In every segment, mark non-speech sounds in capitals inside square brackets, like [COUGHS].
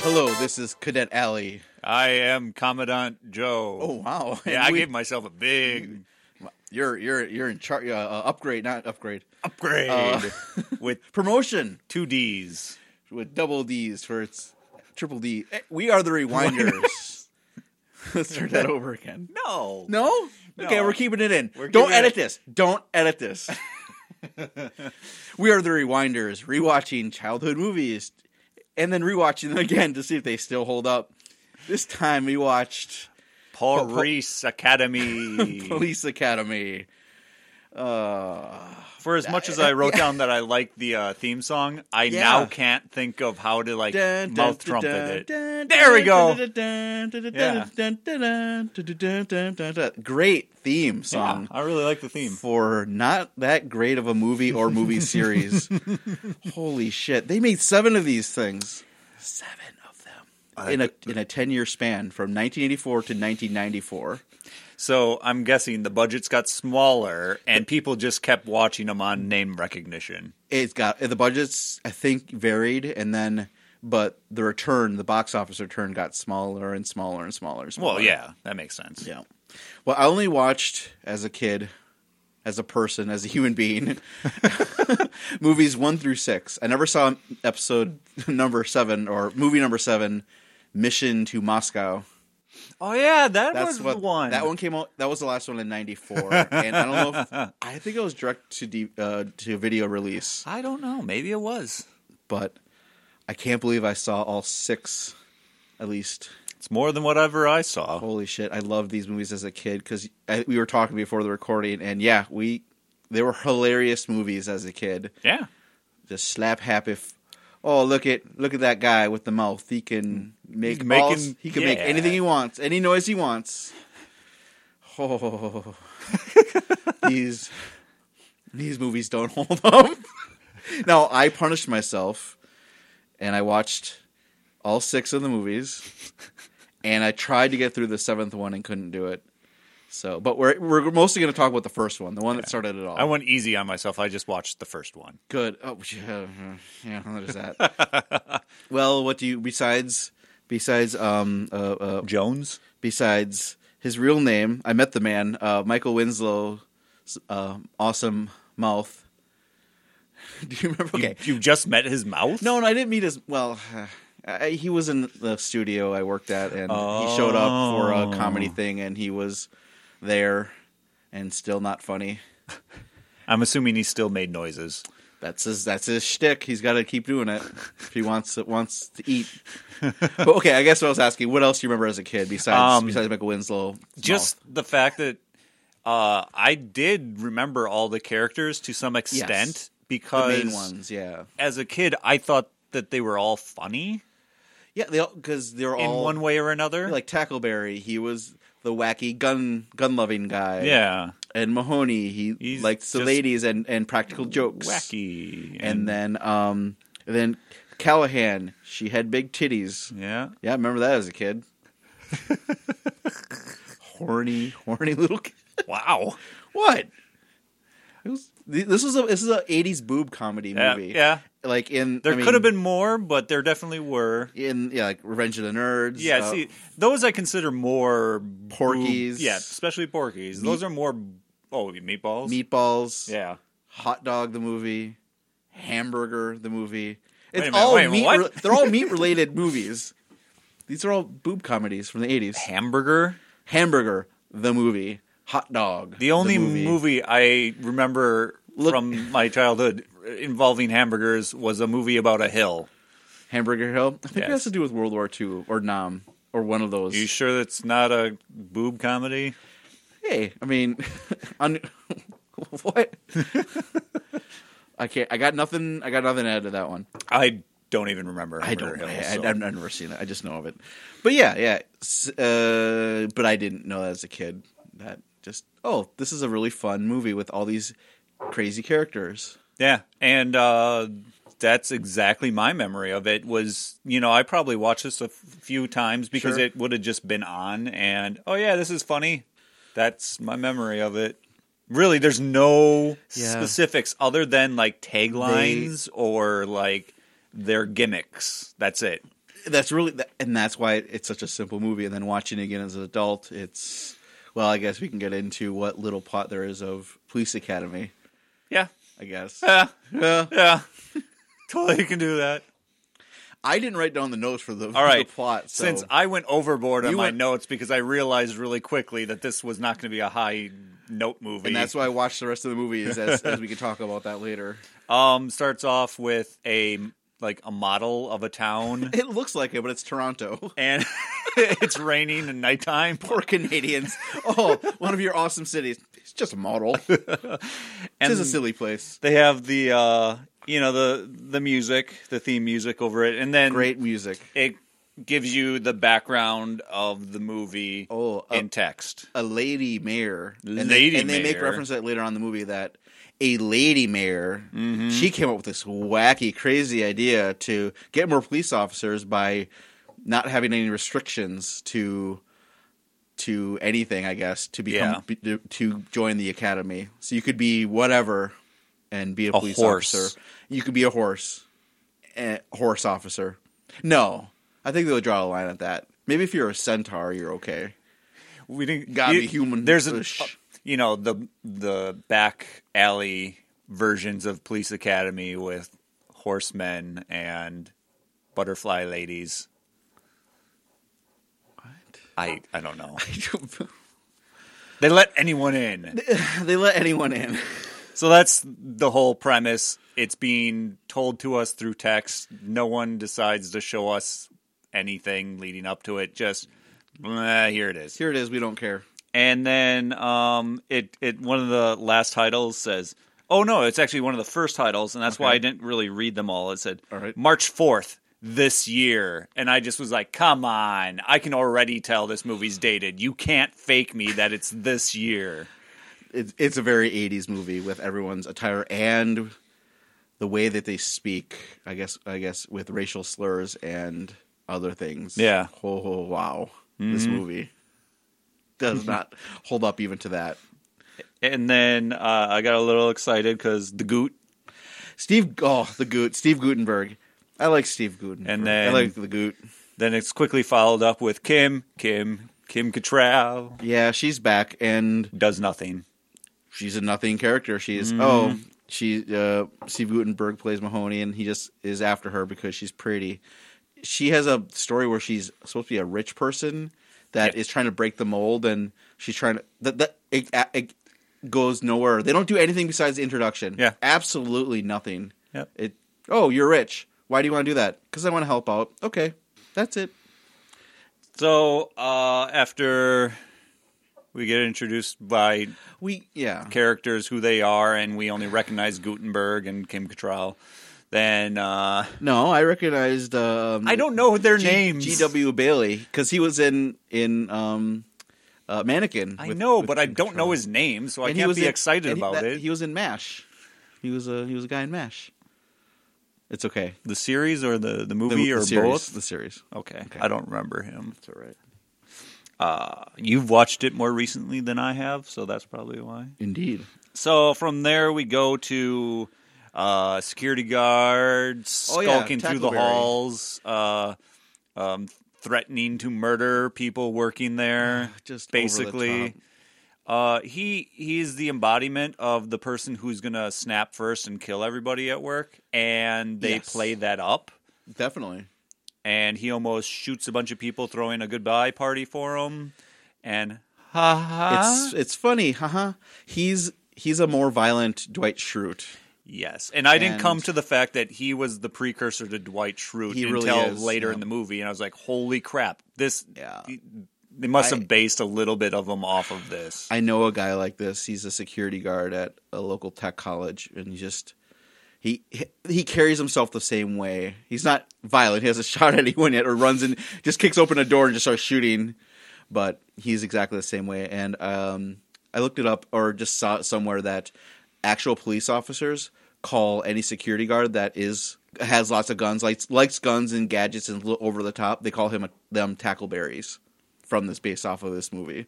Hello, this is Cadet Alley. I am Commandant Joe. Oh wow! yeah, I We- gave myself a big you're you're you're in charge. Uh, uh, upgrade, not upgrade. upgrade [LAUGHS] with Promotion Uh, two D's. with double D's for its triple D. Eh, We are the Rewinders. [LAUGHS] Let's start that over again. No, No? Okay, No. we're keeping it in. We're Don't keeping it- edit this. Don't edit this. we are the Rewinders, rewatching childhood movies and then rewatching them again to see if they still hold up. This time we watched Police Academy. Police Academy. Uh, For as much as I wrote down that I liked the uh, theme song, I Yeah. now can't think of how to like dun, dun, mouth dun, dun, trumpet it. dun, There we go. dun, dun, dun, dun, Yeah. dun, dun, dun, dun, dun, dun, dun, dun. Great theme Yeah, song. I really like the theme. for not that great of a movie or [LAUGHS] movie series. Holy shit! They made seven of these things. Seven of them in a in a ten year span from 1984 to 1994. So I'm guessing the budgets got smaller, and people just kept watching them on name recognition. It's got the budgets. I think varied, and then but the return, the box office return, got smaller and smaller and smaller. And smaller. Well, yeah, that makes sense. Yeah. Well, I only watched as a kid, as a person, as a human being, [LAUGHS] movies one through six. I never saw episode [LAUGHS] number seven or movie number seven, Mission to Moscow. Oh yeah, that That's was what the one. that one came out. That was the last one in '94, and I don't know. [LAUGHS] If, I think it was direct to D, uh, to video release, I don't know. Maybe it was. but I can't believe I saw all six, at least. It's more than whatever I saw. Holy shit! I loved these movies as a kid because we were talking before the recording, and yeah, we they were hilarious movies as a kid. Yeah. Just slap happy. F- oh look at look at that guy with the mouth. He can make making- all s- he can make yeah. anything he wants, any noise he wants. [LAUGHS] Oh, these these movies don't [LAUGHS] hold up. now I punished myself, and I watched all six of the movies, and I tried to get through the seventh one and couldn't do it. So, but we're we're mostly going to talk about the first one, the one that started it all. I went easy on myself. I just watched the first one. Good. Oh [LAUGHS] yeah, yeah. There's that. [LAUGHS] well, what do you besides besides um uh, uh Jones? besides his real name? I met the man, uh, Michael Winslow, uh, awesome mouth. [LAUGHS] do you remember? Okay. You, you just met his mouth? No, no, I didn't meet his. Well, [SIGHS] I, he was in the studio I worked at, and he showed up for a comedy thing, and he was there, and still not funny. I'm assuming he still made noises. That's his. That's his shtick. He's got to keep doing it if he wants wants to [LAUGHS] eat. but okay, I guess what I was asking. What else do you remember as a kid besides Um, besides Michael Winslow? Just the fact that uh, I did remember all the characters to some extent No, because the main ones, yeah, as a kid, I thought that they were all funny yeah. They because they're in all one way or another. like Tackleberry. He was the wacky gun gun loving guy. yeah. and Mahoney. He He's likes the just ladies and and practical jokes. Wacky. And then um and then Callahan. She had big titties. Yeah. Yeah, I remember that as a [LAUGHS] kid. horny, horny little kid. Wow. What? It was, th- this was a this is a '80s boob comedy Yeah. movie. yeah. like in There I mean, could have been more, but there definitely were. in yeah, like Revenge of the Nerds. Yeah, uh, see, those I consider more boob- Porkies. yeah, especially Porkies. those are more. Oh, meatballs. Meatballs. Yeah. Hot Dog the movie, Hamburger the movie. It's a minute, all wait, meat. what? re- they're all [LAUGHS] meat related movies. These are all boob comedies from the '80s. Hamburger. Hamburger the movie, Hot Dog. The only movie. movie. I remember Look- from my childhood involving hamburgers was a movie about a hill. Hamburger Hill. I think Yes. it has to do with World War II or Nam or one of those. Are you sure that's not a boob comedy? hey, I mean, [LAUGHS] un- what? [LAUGHS] I can't. I got nothing. I got nothing to add to that one. I don't even remember. I don't. Hamburger I, Hill, so- I, I've never seen it. I just know of it. But yeah, yeah. S- Uh, but I didn't know that as a kid. That just oh, this is a really fun movie with all these crazy characters. Yeah, and uh, that's exactly my memory of it. Was you know I probably watched this a f- few times because Sure. it would have just been on, and oh yeah, this is funny. That's my memory of it. Really, there's no Yeah. specifics other than like taglines or like their gimmicks. That's it. that's really that, and that's why it- it's such a simple movie and then watching it again as an adult it's well i guess we can get into what little pot there is of police academy Yeah. i guess Yeah. yeah Yeah. [LAUGHS] totally can do that. [LAUGHS] i didn't write down the notes for the, All right. the plot so Since I went overboard on You my went- notes because I realized really quickly that this was not going to be a high note movie. and that's why i watched the rest of the movie is as, as we can talk about that later um starts off with a like a model of a [LAUGHS] town [LAUGHS] it looks like it but it's toronto [LAUGHS] and [LAUGHS] it's raining and nighttime poor canadians oh one of your awesome cities it's just a [LAUGHS] model it's and just a silly place they have the uh you know the the music, the theme music over it and then great music it gives you the background of the movie oh a, in text. a lady mayor and Lady they, and they make mayor. reference to that later on in the movie that a lady mayor Mm-hmm. she came up with this wacky crazy idea to get more police officers by not having any restrictions to to anything i guess to become Yeah. be- to, to join the academy so you could be whatever and be a, police horse. officer you could be a horse a horse officer no i think they would draw a line at that maybe if you're a centaur you're [LAUGHS] okay We didn't Gotta you- be human. There's a Ish. you know the the back alley versions of Police Academy with horsemen and butterfly ladies. What? I I don't know. They let anyone in, [LAUGHS] they let anyone in. so that's the whole premise. It's being told to us through text. No one decides to show us anything leading up to it. Just "Bleh, here it is. Here it is. We don't care. and then um, it it one of the last titles says, "Oh no, it's actually one of the first titles," and that's why Okay. I didn't really read them all. It said All right. March fourth this year, and I just was like, "Come on, I can already tell this movie's dated. You can't fake me that it's this year." It's, it's a very '80s movie with everyone's attire and the way that they speak. I guess. I guess with racial slurs and other things. Yeah. Mm-hmm. Oh, oh, wow. This movie does not [LAUGHS] hold up even to that. And then uh, I got a little excited because the Goot, Steve. Oh, the Goot. Steve Gutenberg. I like Steve Gutenberg. And then- I like the Goot. then it's quickly followed up with Kim, Kim, Kim Cattrall Yeah, she's back and does nothing. she's a nothing character. She Mm-hmm. is oh she uh, Steve Gutenberg plays Mahoney, and he just is after her because she's pretty. She has a story where she's supposed to be a rich person that is Yeah. trying to break the mold, and she's trying to that that it, it goes nowhere. They don't do anything besides the introduction. Yeah. absolutely nothing. Yep. It oh you're rich. Why do you want to do that? Because I want to help out. Okay, that's it. So uh, after we get introduced by We yeah characters who they are, and we only recognize Gutenberg and Kim Cattrall, then uh, no I recognized um, I don't know their names. G.W. Bailey because he was in in um, uh, Mannequin. I with- know, with but I Kim don't know Cattrall. his name, so I And can't be in- excited and he- about that- it. He was in Mash. He was a he was a guy in Mash. It's okay. the series or the the The, movie the or series, both? the series. Okay. Okay. I don't remember him. Uh, That's all right. You've watched it more recently than I have, so that's probably why. Indeed. So from there we go to uh, security guards Oh, yeah, skulking through the Tackleberry. halls, uh, um, threatening to murder people working there. [SIGHS] Just over the basically, top. uh, he he's the embodiment of the person who's gonna snap first and kill everybody at work, and they Yes. play that up. Definitely. And he almost shoots a bunch of people, throwing a goodbye party for him. And ha ha! It's it's funny, haha. He's he's a more violent Dwight Schrute. Yes, and I didn't And- come to the fact that he was the precursor to Dwight Schrute He really until is, later yeah. in the movie, and I was like, "Holy crap! This Yeah. they must I- have based a little bit of him off of this." I know a guy like this. He's a security guard at a local tech college, and he just he he carries himself the same way. He's not violent. He hasn't [LAUGHS] shot at anyone yet, or runs and just kicks open a door and just starts shooting. But he's exactly the same way. And um, I looked it up, or just saw it somewhere that actual police officers call any security guard that is has lots of guns, likes likes guns and gadgets and little over the top. They call him a, them tackleberries from this based off of this movie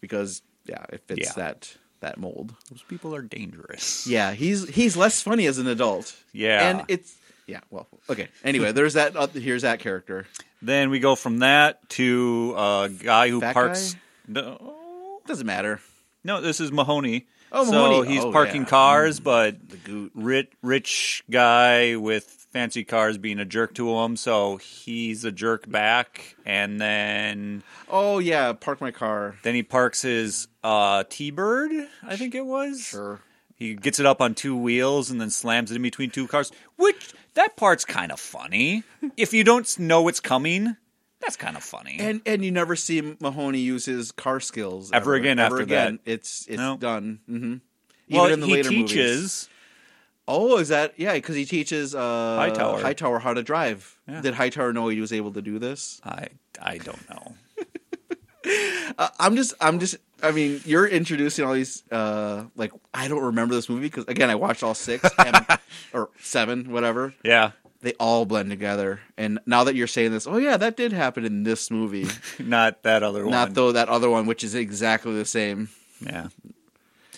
because yeah, it fits Yeah. that that mold. [LAUGHS] Those people are dangerous. Yeah, he's he's less funny as an adult. Yeah. and it's Yeah. Well. Okay. Anyway, there's that. Uh, here's that character. Then we go from that to a guy who Fat parks. guy? No, Doesn't matter. no, this is Mahoney. Oh, So Mahoney. he's Oh, parking yeah. cars, but The goot. rich, rich guy with fancy cars being a jerk to him, so he's a jerk back. And then Oh yeah. Park my car. then he parks his uh, T-Bird, I think it was. Sure. He gets it up on two wheels and then slams it in between two cars, which that part's kind of [LAUGHS] funny. if you don't know it's coming, that's kind of funny. And and you never see Mahoney use his car skills Ever again Ever after again. It's it's No. done. Mm-hmm. well, Even in the he later teaches. movies. Oh, is that yeah? Because he teaches uh, Hightower. Hightower how to drive. Yeah. Did Hightower know he was able to do this? I I don't know. I'm just, I'm just. I mean, you're introducing all these. uh Like, I don't remember this movie because again, I watched all six and, [LAUGHS] or seven, whatever. Yeah, They all blend together. And now that you're saying this, oh yeah, that did happen in this movie, [LAUGHS] not that other one. not though that other one, which is exactly the same. yeah.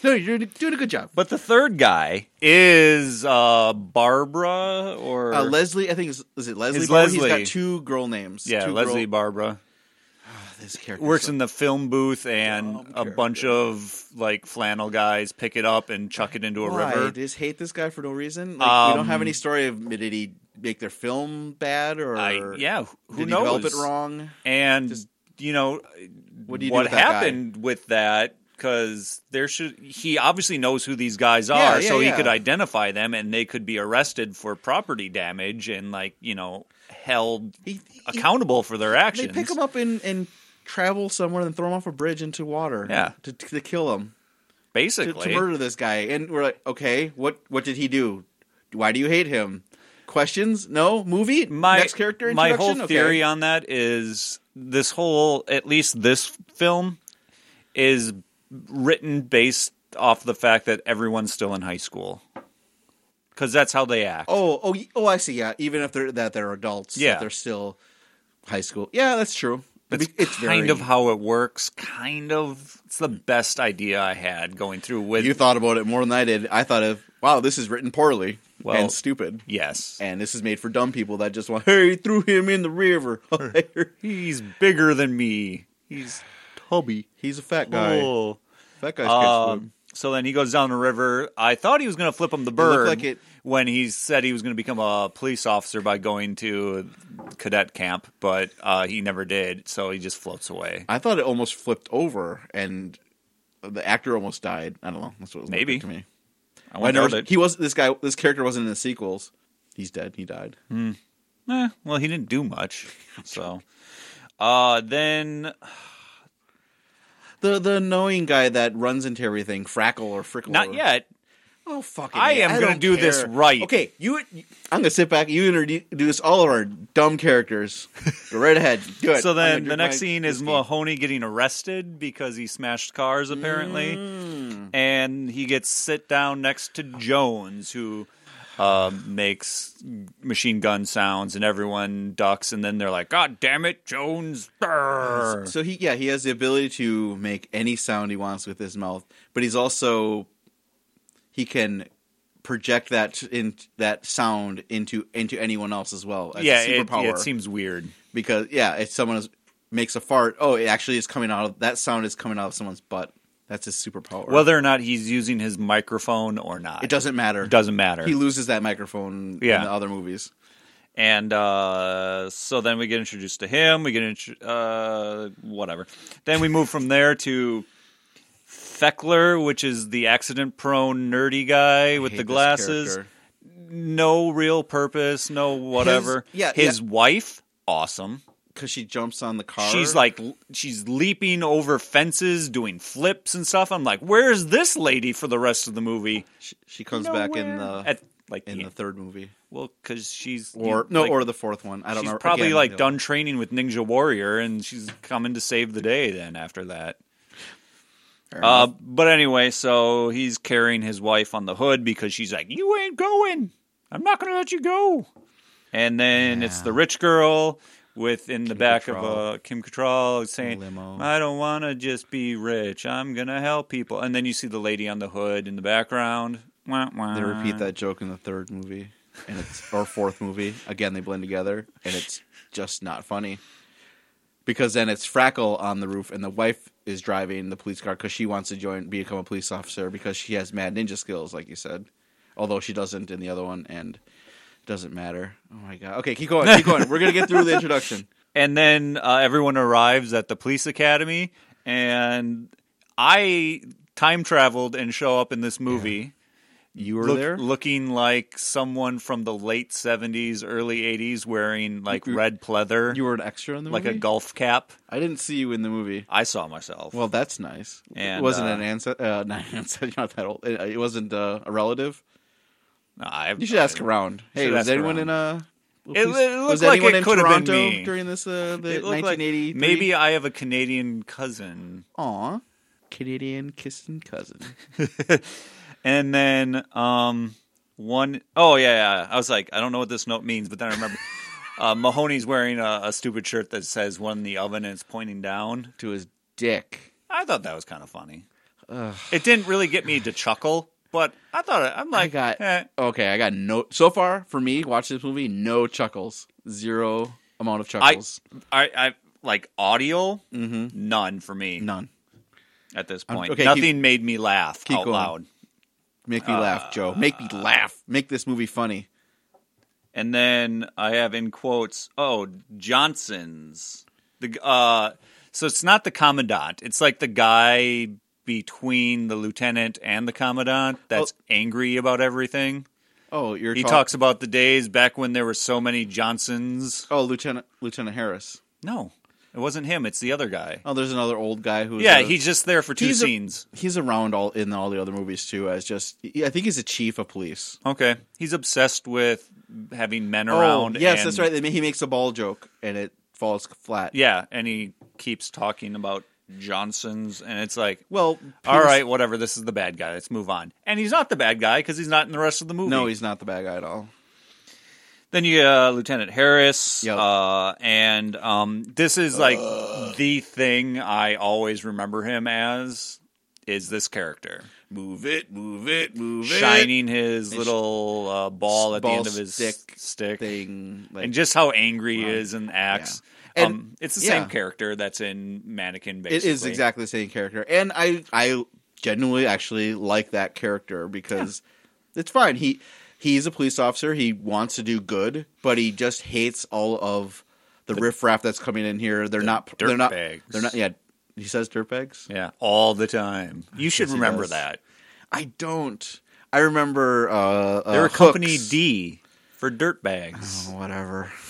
No, you're doing a good job. But the third guy is uh, Barbara or Uh, Leslie, I think is, is it Leslie? It's Barr? He's Leslie. got two girl names. yeah two Leslie Girl, Barbara this character works in the film booth and Dumb a bunch of like flannel guys pick it up and chuck it into a Why? river. Um, They just hate this guy for no reason. Like, we don't have any story of did he make their film bad or I, yeah, who did he knows? develop it wrong? And you know What do you do with that guy? happened with that? Because there should he obviously knows who these guys are, Yeah, yeah, so he yeah. could identify them, and they could be arrested for property damage and like you know held He, he- accountable for their they actions. pick him up and, and travel somewhere and throw him off a bridge into water. Yeah. to, to kill him, to, basically. to murder this guy. And we're like, okay, what what did he do? Why do you hate him? Questions? No movie. my Next character my introduction. whole Okay. theory on that is this whole at least this film is written based off the fact that everyone's still in high school because that's how they act Oh, oh, y- oh! I see. Yeah, even if they're that they're adults, yeah, Yeah. they're still high school. Yeah, that's true. that's Be- it's kind very- of how it works kind of it's the best idea i had going through with You thought about it more than I did. I thought of wow, this is written poorly Well- and stupid, yes and this is made for dumb people that just want. Hey, he threw him in the river. [LAUGHS] he's bigger than me he's tubby He's a fat guy. Oh. Fat guy's Um, good. so then he goes down the river. I thought he was going to flip him the bird like it- when he said he was going to become a police officer by going to cadet camp, but uh, he never did. So he just floats away. I thought it almost flipped over, and the actor almost died. I don't know. That's what it looked Maybe. like to me. I I wonder never, he was this guy. This character wasn't in the sequels. He's dead. He died. Eh, well, he didn't do much. So uh, then The the annoying guy that runs into everything, Frackle or Frickle. not or- yet. Oh fucking! I A. am gonna don't do care. this right. Okay, you. I'm gonna sit back. You introduce all of our dumb characters. Go right ahead. Do it. [LAUGHS] So I'm then gonna the drink next my scene is whiskey. Mahoney getting arrested because he smashed cars Mm. apparently, and he gets sit down next to Jones who uh, makes machine gun sounds, and everyone ducks, and then they're like, "God damn it, Jones!" Brr." So he, yeah, he has the ability to make any sound he wants with his mouth, but he's also he can project that in that sound into into anyone else as well. As Yeah, a it, superpower. it seems weird. because yeah, if someone is, makes a fart, oh, it actually is coming out of that sound is coming out of someone's butt. That's his superpower. Whether or not he's using his microphone or not, it doesn't matter. It doesn't matter. He loses that microphone Yeah. in the other movies. And uh, so then we get introduced to him. We get intro- uh, whatever. Then we move from there to Feckler, which is the accident-prone nerdy guy with hate the this glasses. character. No real purpose. No whatever. His- yeah, His wife, awesome. because she jumps on the car. She's like l- she's leaping over fences, doing flips and stuff. I'm like, where's this lady for the rest of the movie? she, she comes back in the At, like in the third movie, well, because she's or no, like- or the fourth one. I don't she's know. probably Again, like you know. done training with Ninja Warrior, and she's coming to save the day. Then after that, Fair uh, enough. but anyway, so he's carrying his wife on the hood because she's like, "You ain't going. I'm not going to let you go." And then it's the rich girl with in the back of Cattrall. a Kim Cattrall saying, Limo. "I don't want to just be rich. I'm going to help people." And then you see the lady on the hood in the background. Wah, wah. they repeat that joke in the third movie. and it's or fourth movie. Again, they blend together, and it's just not funny. Because then it's Frackle on the roof, and the wife is driving the police car because she wants to join, become a police officer because she has mad ninja skills, like you said. Although she doesn't in the other one, and it doesn't matter. Oh my god! Okay, keep going, keep going. We're gonna get through the introduction. and then uh, everyone arrives at the police academy and i time traveled and show up in this movie You were look- there. looking like someone from the late 70s early 80s wearing like You- red pleather You were an extra in the like movie. a golf cap I didn't see you in the movie. i saw myself Well, that's nice. And, it wasn't uh, an answer. Uh, [LAUGHS] not an answer. You're not that old. It, it wasn't uh, a relative. No, I, You should ask around. Hey, should was ask anyone around. in uh, It- please- it looked was like anyone it in could have been Toronto me. during this uh, the it looked like 1980? maybe i have a canadian cousin Aw, Canadian kissing cousin. And then um one oh yeah, yeah. I was like, I don't know what this note means, but then [LAUGHS] I remember uh, Mahoney's wearing a, a stupid shirt that says "one in the oven" and it's pointing down. to his dick. I thought that was kind of funny. It didn't really get me to chuckle, but I thought it, I'm like, got- eh. Okay, I got no. So far for me, watching this movie, no chuckles, zero amount of I, chuckles, I, I like audio, none for me none. at this point. Mm-hmm. okay, Nothing made me laugh keep out going. loud. Make me laugh, Joe. Make Uh, me laugh. Make this movie funny. And then I have in quotes, oh, Johnson's. The uh so it's not the commandant. It's like the guy between the lieutenant and the commandant that's angry about everything. Oh, you're Oh. He talk- talks about the days back when there were so many Johnsons. Oh, Lieutenant Lieutenant Harris. No. It wasn't him, it's the other guy. Oh, there's another old guy who's yeah, a- he's just there for two he's a- scenes. he's around all in all the other movies too. As just, I think he's a chief of police. okay. He's obsessed with having men around oh, yes, and- that's right. He makes a ball joke and it falls flat. Yeah, and he keeps talking about Johnson's and it's like Well, All Pierce- right, whatever. This is the bad guy. Let's move on. And he's not the bad guy because he's not in the rest of the movie. No, he's not the bad guy at all. Then you get uh, Lieutenant Harris. Yep. Uh, and um, this is like the thing I always remember him as is this character Move it, move it, move shining his little uh, ball at the Ball end of his stick stick. thing. Like, and just how angry he is and acts. Yeah. um, And- it's the yeah. same character that's in Mannequin. it Basically, is exactly the same character, and I I genuinely actually like that character because it's fine. He he's a police officer. He wants to do good, but he just hates all of the, riffraff that's coming in here. They're not. They're not. dirtbags. They're not. Yeah. He says dirtbags. Yeah, all the time. You should Yes, he remember does. that. I don't. I remember. Uh, uh, They're a Hooks. company D for dirt bags. Oh, whatever. [LAUGHS]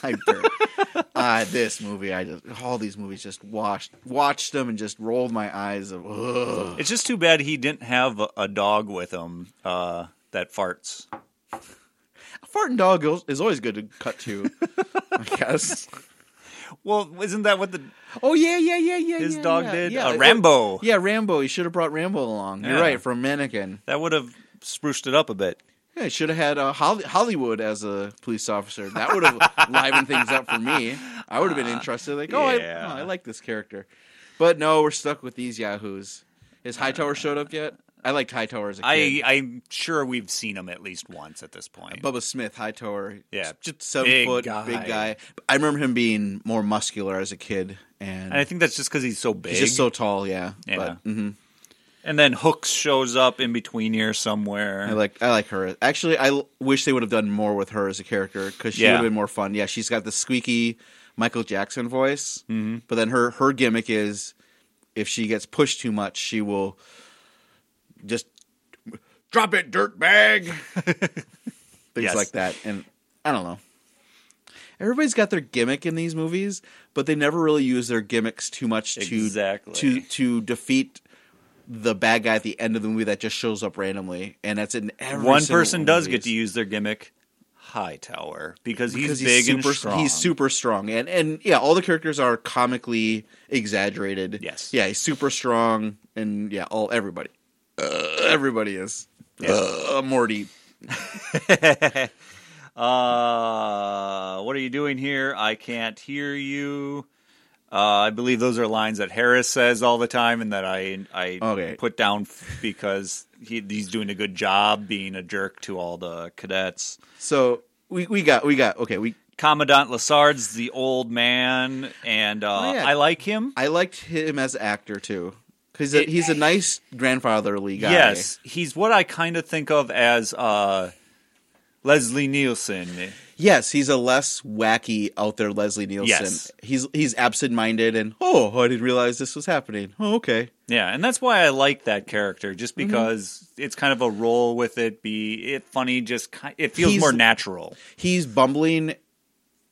[LAUGHS] I dare. uh, this movie, I just all these movies just watched watched them and just rolled my eyes of. Ugh. It's just too bad he didn't have a, a dog with him uh, that farts. Farting dog is- is always good to cut to, [LAUGHS] I guess. Well, isn't that what the Oh yeah, yeah, yeah, yeah. his yeah, dog yeah, did? Yeah. Uh, Rambo. Yeah, Rambo. You should have brought Rambo along. You're Yeah. right from Mannequin. That would have spruced it up a bit. Yeah, should have had uh, Holly- Hollywood as a police officer. That would [LAUGHS] have livened things up for me. I would have been interested. Like, oh, yeah. I, oh, I like this character. But no, we're stuck with these yahoos. Has Hightower showed up yet? Uh, I liked Hightower as a kid. I I'm sure we've seen him at least once at this point. Bubba Smith, Hightower. Yeah, just seven big foot, guy. big guy. I remember him being more muscular as a kid, and, and I think that's just because he's so big. he's just so tall. Yeah, Yeah. But, mhm. and then Hooks shows up in between here somewhere. I like I like her. Actually, I l- wish they would have done more with her as a character because she Yeah. would have been more fun. Yeah, she's got the squeaky Michael Jackson voice, mm-hmm. but then her her gimmick is if she gets pushed too much, she will just drop it, dirt bag, things Yes. like that. And I don't know. Everybody's got their gimmick in these movies, but they never really use their gimmicks too much to Exactly. to to defeat the bad guy at the end of the movie that just shows up randomly, and that's in every One single person one of does get to these. use their gimmick, Hightower, because he's Because big super, and strong. He's super strong, and and yeah, all the characters are comically exaggerated. Yes. yeah, he's super strong, and yeah, all everybody, uh, everybody is uh, Morty. [LAUGHS] Uh, what are you doing here? I can't hear you. Uh, I believe those are lines that Harris says all the time, and that I I Okay. put down f- because he, he's doing a good job being a jerk to all the cadets. So we, we got we got okay. We Commandant Lassard's the old man, and uh, Oh, yeah. I like him. I liked him as actor too. He's a, he's a nice grandfatherly guy. Yes, he's what I kind of think of as uh, Leslie Nielsen. Yes, he's a less wacky out there Leslie Nielsen. Yes. He's he's absent minded and oh I didn't realize this was happening. Oh okay. Yeah, and that's why I like that character, just Mm-hmm. because it's kind of a role with it. Be it funny, just ki it feels He's- more natural. He's bumbling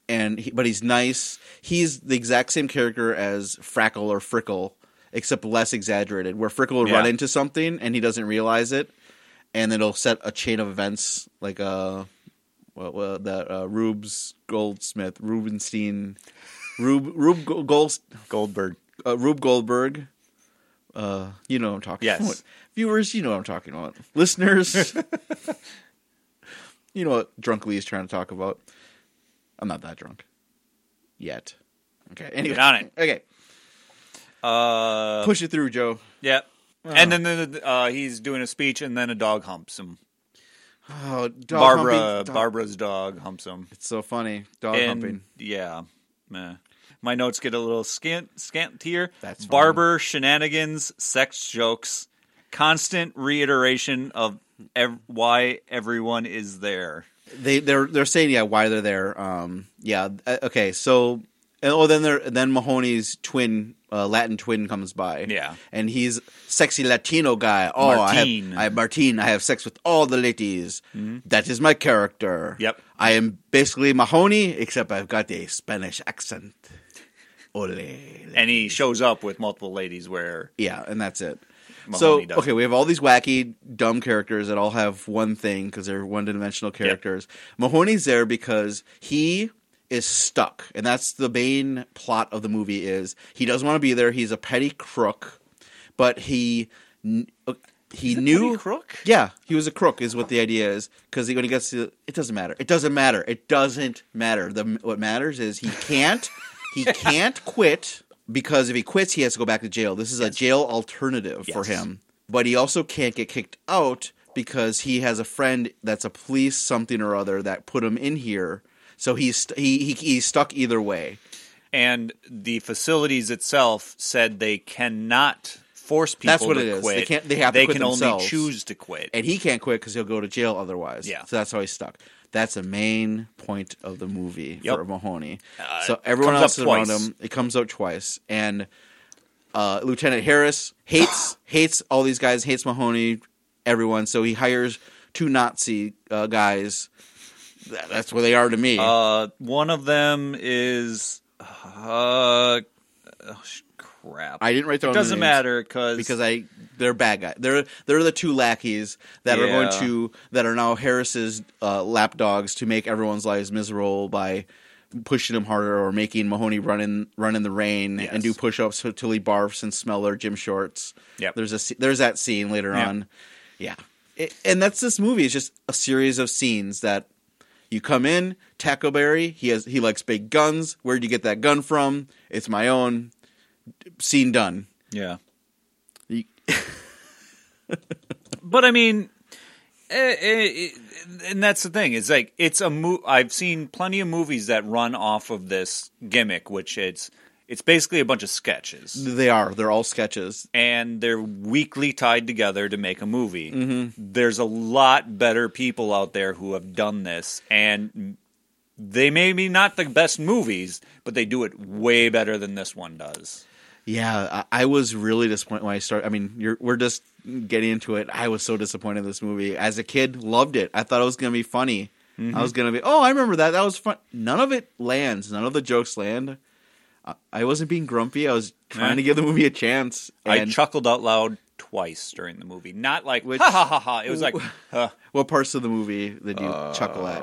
and he, but he's nice. He's the exact same character as Frackle or Frickle, except less exaggerated, where Frickle will Yeah. run into something and he doesn't realize it and it'll set a chain of events like uh what well, that uh, Rubes Goldsmith, Rubenstein Rube Rube Go- Gold Goldberg. uh, Rube Goldberg. Uh, you know what I'm talking Yes. about. Viewers, you know what I'm talking about. [LAUGHS] Listeners, you know what Drunk Lee is trying to talk about. I'm not that drunk yet. Okay. Anyway. Get on it. Okay. Uh, Push it through, Joe. yeah, and then the, uh, he's doing a speech, and then a dog humps him. Oh, dog Barbara, humping- dog- Barbara's dog humps him. It's so funny. Dog and humping. yeah, meh. my notes get a little scant scant here. That's fine. barber shenanigans, sex jokes, constant reiteration of ev- why everyone is there. They they're they're saying yeah why they're there. Um. Yeah. uh, Okay. So. and- Oh, then there, then Mahoney's twin, uh, Latin twin, comes by. Yeah. and he's sexy Latino guy. Oh, Martin. Mm-hmm. I have, I have Martin. I have sex with all the ladies. That is my character. Yep. I am basically Mahoney, except I've got a Spanish accent. Ole. and he shows up with multiple ladies where Yeah, and that's it. Mahoney so does. okay, we have all these wacky, dumb characters that all have one thing because they're one-dimensional characters. Mahoney's there because he is stuck, and that's the main plot of the movie. Is he doesn't want to be there? He's a petty crook, but he kn- uh, he knew petty crook? Yeah, he was a crook, is what the idea is. Because when he gets to, it doesn't matter. It doesn't matter. It doesn't matter. The what matters is he can't, [LAUGHS] he can't quit because if he quits, he has to go back to jail. This is a jail alternative for Yes. him. But he also can't get kicked out because he has a friend that's a police something or other that put him in here. So he's st- he, he he's stuck either way. and the facilities itself said they cannot force people That's what to it is. They quit. can't- they have to quit can themselves. only choose to quit. and he can't quit because he'll go to jail otherwise. Yeah. So that's how he's stuck. That's the main point of the movie Yep. for Mahoney. Uh, so everyone comes else up is around twice. him. It comes out twice, and uh, Lieutenant Harris [COUGHS] hates hates all these guys. Hates Mahoney, everyone. So he hires two Nazi uh, guys. Th- That's where they are to me. uh, one of them is uh, oh, sh- crap. I didn't write down. it their doesn't names matter cause, because I they're bad guys. They're they're the two lackeys that are going Yeah. to that are now Harris's uh, lapdogs to make everyone's lives miserable by pushing him harder or making Mahoney run in run in the rain Yes. and do push ups until he barfs and smell their gym shorts. Yep. there's a sce- there's that scene later Yeah. on. Yeah, It- and that's this movie. It's just a series of scenes that. You come in, Tackleberry. He has he likes big guns. Where'd you get that gun from? It's my own. Scene done. yeah. You- but I mean, eh, eh, eh, and that's the thing. It's like it's a mo- I've seen plenty of movies that run off of this gimmick, which it's it's basically a bunch of sketches, They are. They're all sketches. and they're weakly tied together to make a movie. Mm-hmm. There's a lot better people out there who have done this, and they may be not the best movies, but they do it way better than this one does. Yeah, I, I was really disappointed when I started. I mean, you're, we're just getting into it. I was so disappointed in this movie. As a kid, loved it. I thought it was going to be funny. I was going to be, oh, I remember that. That was fun. None of it lands. None of the jokes land. I, I wasn't being grumpy. I was trying Yeah. to give the movie a chance. I And chuckled out loud twice during the movie, not like Which- ha ha ha ha. It was [LAUGHS] like. huh. what parts of the movie did you chuckle at?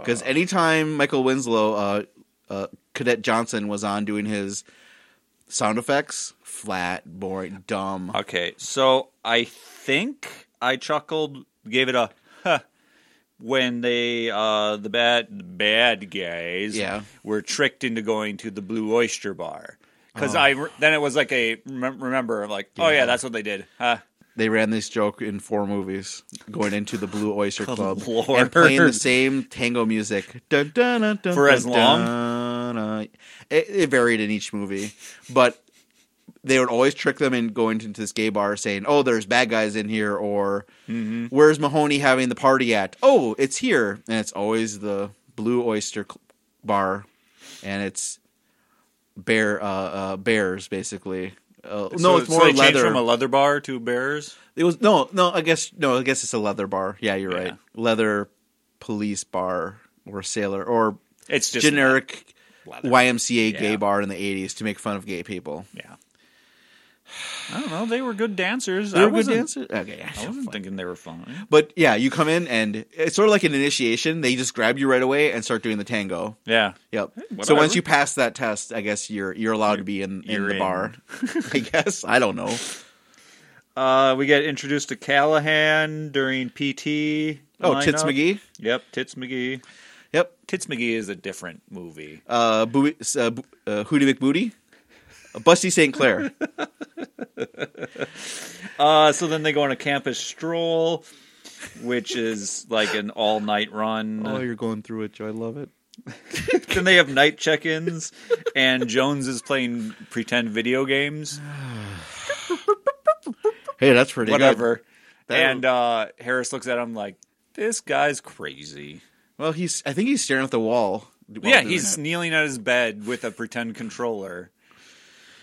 Because anytime Michael Winslow, uh, uh, Cadet Johnson, was on doing his sound effects, flat, boring, dumb. Okay, so I think I chuckled, gave it a huh, when they uh the bad the bad guys Yeah. were tricked into going to the Blue Oyster Bar because I re- then it was like a remem- remember like oh yeah that's "Oh, what they did huh They ran this joke in four movies, going into the Blue [LAUGHS] Oyster Good Club Oh, Lord. and playing [LAUGHS] the same tango music dun, dun, dun, dun, For as dun, long? dun, dun. It, it varied in each movie, but they would always trick them in going into this gay bar, saying, "Oh, there's bad guys in here," or Mm-hmm. "Where's Mahoney having the party at?" Oh, it's here, and it's always the Blue Oyster Cl- Bar, and it's bear uh, uh, bears basically. Uh, no, So- it's so more they changed leather. from a leather bar to bears. It was no, no. I guess no. I guess it's a leather bar. Yeah, you're right. Yeah. Leather police bar or sailor or It's just generic leather. YMCA gay Yeah. bar in the '80s to make fun of gay people. Yeah. I don't know. They were good dancers. They're I good wasn't, dancers. Okay, I wasn't thinking they were fun. but yeah, you come in and it's sort of like an initiation. They just grab you right away and start doing the tango. Yeah. Yep. So whatever. once you pass that test, I guess you're you're allowed to be in, in you're the in. bar. [LAUGHS] I guess I don't know. Uh, we get introduced to Callahan during PT. Oh, Tits lineup. McGee. Yep, Tits McGee. Yep. Tits McGee is a different movie. uh, Boo- uh, Bo- uh, Hootie McBooty, Busty St. Clair. Uh, so then they go on a campus stroll, which is like an all night run. you're going through it, Joe. I love it. then they have night check ins, and Jones is playing pretend video games. Hey, that's pretty whatever. That- and uh, Harris looks at him like, "This guy's crazy." good. Well, he's. I think he's staring at the wall. while yeah, doing he's that. kneeling at his bed with a pretend controller,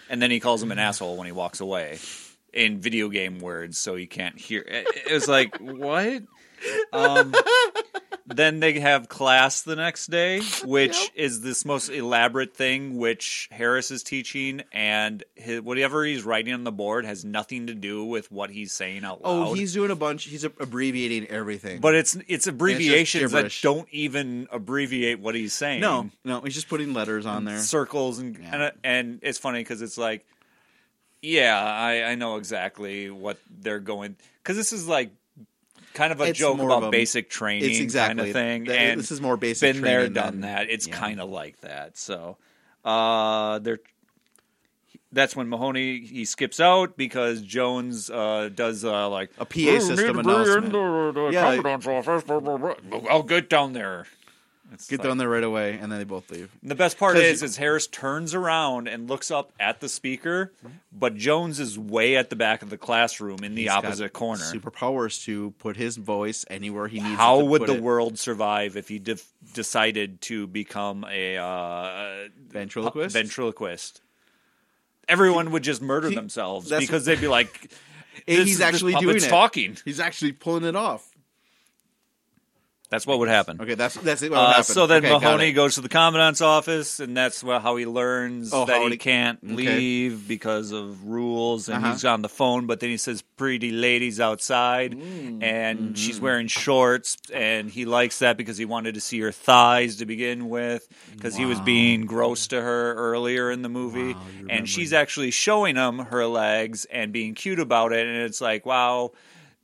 and then he calls him an asshole when he walks away in video game words, so he can't hear. It, it was like [LAUGHS] what? Um, then they have class the next day, which is this most elaborate thing which Harris is teaching, and his, whatever he's writing on the board has nothing to do with what he's saying out loud. Oh, he's doing a bunch. He's ab- abbreviating everything. But it's it's abbreviations that gibberish. don't even abbreviate what he's saying. no, no, he's just putting letters on there. circles and and, and it's funny because it's like, yeah, I, I know exactly what they're going because this is like kind of a It's joke more about of a- basic training, It's exactly kind of thing. that- and this is more basic. been there, training done than- that. It's yeah. kind of like that. So, uh, they're. That's when Mahoney he skips out because Jones uh, does uh, like A PA system announcement. Yeah, like- I'll get Oh, down there. It's Get like- down there right away, and then they both leave. the best part 'Cause- is, is Harris turns around and looks up at the speaker, but Jones is way at the back of the classroom in the He's got opposite corner. Superpowers to put his voice anywhere he needs. How to would put the it. world survive if he def- decided to become a uh, ventriloquist? ventriloquist? Everyone would just murder themselves that's- because they'd [LAUGHS] be like, And this- he's this actually doing puppet's it. talking. He's actually pulling it off. That's what would happen. Okay, that's that's it. what Uh, happened. so then Okay, got Mahoney it. goes to the commandant's office, and that's wha- how he learns Oh, that how he he- can't okay. leave because of rules, and Uh-huh. he's on the phone. But then he says, "Pretty ladies outside," Mm. and Mm-hmm. she's wearing shorts, and he likes that because he wanted to see her thighs to begin with, because he was being gross to her earlier in the movie, Wow, you remember and she's actually showing him her legs and being cute about it, and it's like, wow.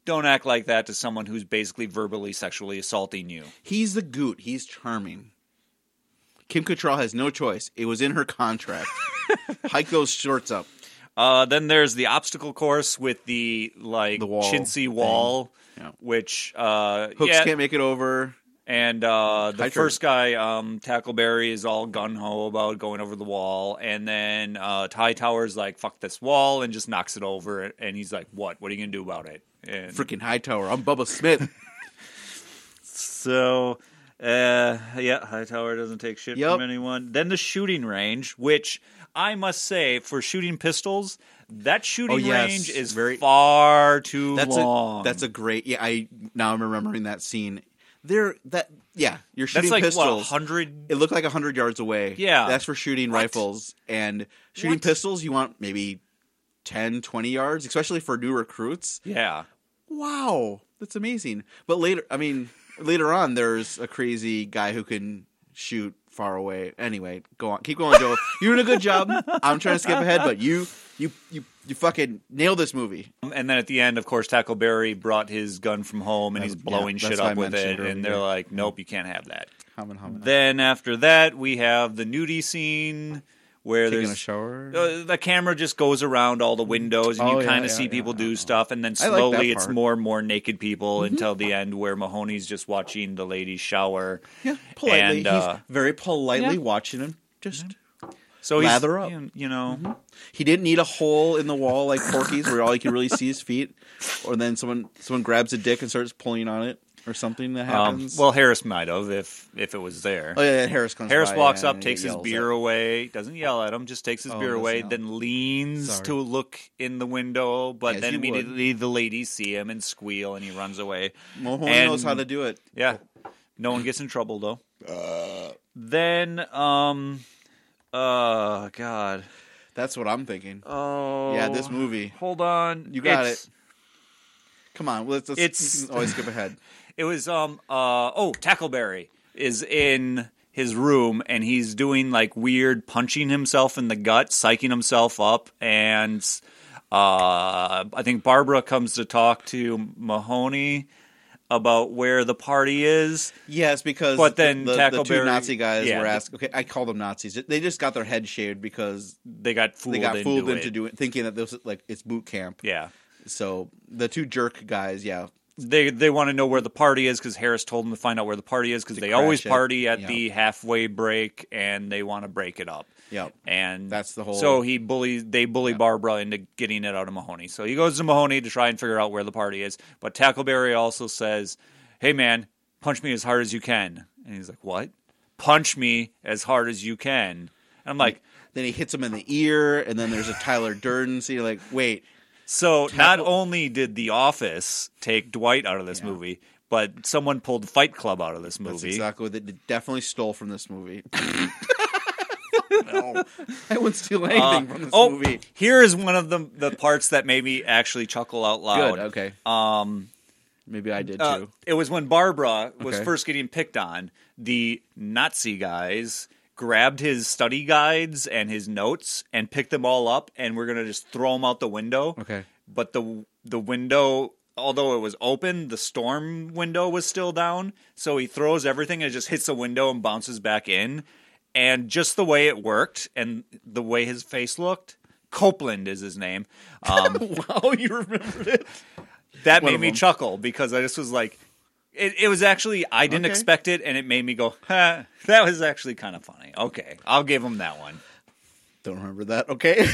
Don't act like that to someone who's basically verbally sexually assaulting you. He's the goot. He's charming. Kim Cattrall has no choice. It was in her contract. Hike those shorts up. Uh, then there's the obstacle course with the like The wall chintzy thing. wall, Yeah. which uh, Hooks yeah, can't make it over. and uh, the Hiker. first guy, um, Tackleberry, is all gun ho about going over the wall, and then uh, Ty Tower's like "fuck this wall" and just knocks it over, and he's like, "What? What are you gonna do about it?" And Freaking Hightower. I'm Bubba Smith. so, uh, yeah, Hightower doesn't take shit Yep. from anyone. Then the shooting range, which I must say, for shooting pistols, that shooting Oh, yes. range is Very- far too That's long. a that's a great. Yeah, I now I'm remembering that scene. There that yeah, you're shooting that's like what pistols. hundred. it looked like 100 yards away. Yeah. That's for shooting rifles and shooting What? pistols you want maybe 10 20 yards, especially for new recruits. Yeah, wow, that's amazing. But later, I mean, later on, there's a crazy guy who can shoot far away. Anyway, go on, keep going, [LAUGHS] Joel. You're doing a good job. I'm trying to skip ahead, but you, you, you, you fucking nailed this movie. Um, and then at the end, of course, Tackleberry brought his gun from home and That's- he's blowing yeah, that's shit what up I with it, mentioned and they're earlier. like, "Nope, you can't have that." Hum and hum. Then after that, we have the nudie scene, where Taking a there's shower. uh, the camera just goes around all the windows and Oh, you yeah, kind of yeah, see yeah, people I do know. stuff and then I like that slowly it's part. Mm-hmm. more and more naked people until the end where Mahoney's just watching the ladies shower. yeah, politely. and, uh, he's very politely yeah. watching him. Just So he's, Lather up. Mm-hmm. you- you know, he didn't need a hole in the wall like Porky's, where all you can really see is feet. Or then someone someone grabs a dick and starts pulling on it, or something that um, happens. well Harris might have if if it was there. oh yeah, Harris comes. Harris by, walks yeah, up, and he takes his yells beer at- away, doesn't yell at him, just takes his Oh, beer doesn't away, yell. then leans Sorry. to look in the window, but As then you would. immediately the ladies see him and squeal and he runs away. Mahoney And- knows how to do it. Yeah. No one gets in trouble though. Uh. Then um uh god. That's what I'm thinking. Oh. yeah, this movie. Hold on. You got It's- it. Come on, let's. let's It's- you can always skip ahead. It was um uh oh Tackleberry is in his room and he's doing like weird punching himself in the gut, psyching himself up, and uh I think Barbara comes to talk to Mahoney about where the party is. [LAUGHS] Yes, because But then the, the, the two Tackleberry- Nazi guys yeah. were asked. Okay, I call them Nazis. They just got their head shaved because They got fooled. they got into fooled into it. doing thinking that this is like it's boot camp. Yeah. So the two jerk guys, yeah, They they want to know where the party is because Harris told them to find out where the party is because they crash always it. party at Yeah. the halfway break and they want to break it up. yeah. and That's the whole- So he bullies. They bully Barbara into getting it out of Mahoney. So he goes to Mahoney to try and figure out where the party is. But Tackleberry also says, "Hey man, punch me as hard as you can." And he's like, "What? Punch me as hard as you can?" And I'm like, Then he hits him in the ear, and then there's a Tyler Durden. So you're like, wait, "So not only did The Office take Dwight out of this movie, but someone pulled Fight Club out of this that's movie." exactly what they did- definitely stole from this [LAUGHS] movie. no, I wouldn't steal anything Uh, from this oh, movie. here is one of the the parts that made me actually chuckle out loud. Good, okay. Um, Maybe I did too. Uh, it was when Barbara was Okay. first getting picked on. The Nazi guys grabbed his study guides and his notes and picked them all up, and we're gonna just throw them out the window. Okay. But the the window, although it was open, the storm window was still down. So he throws everything and it just hits the window and bounces back in. And just the way it worked and the way his face looked, Copeland is [LAUGHS] his name. Um, wow, you remembered it? that One made of me them. chuckle because I just was like, it, it was actually I didn't Okay. expect it, and it made me go, [LAUGHS] ha, that was actually kind of funny. Okay, I'll give him that one. Don't remember that. Okay,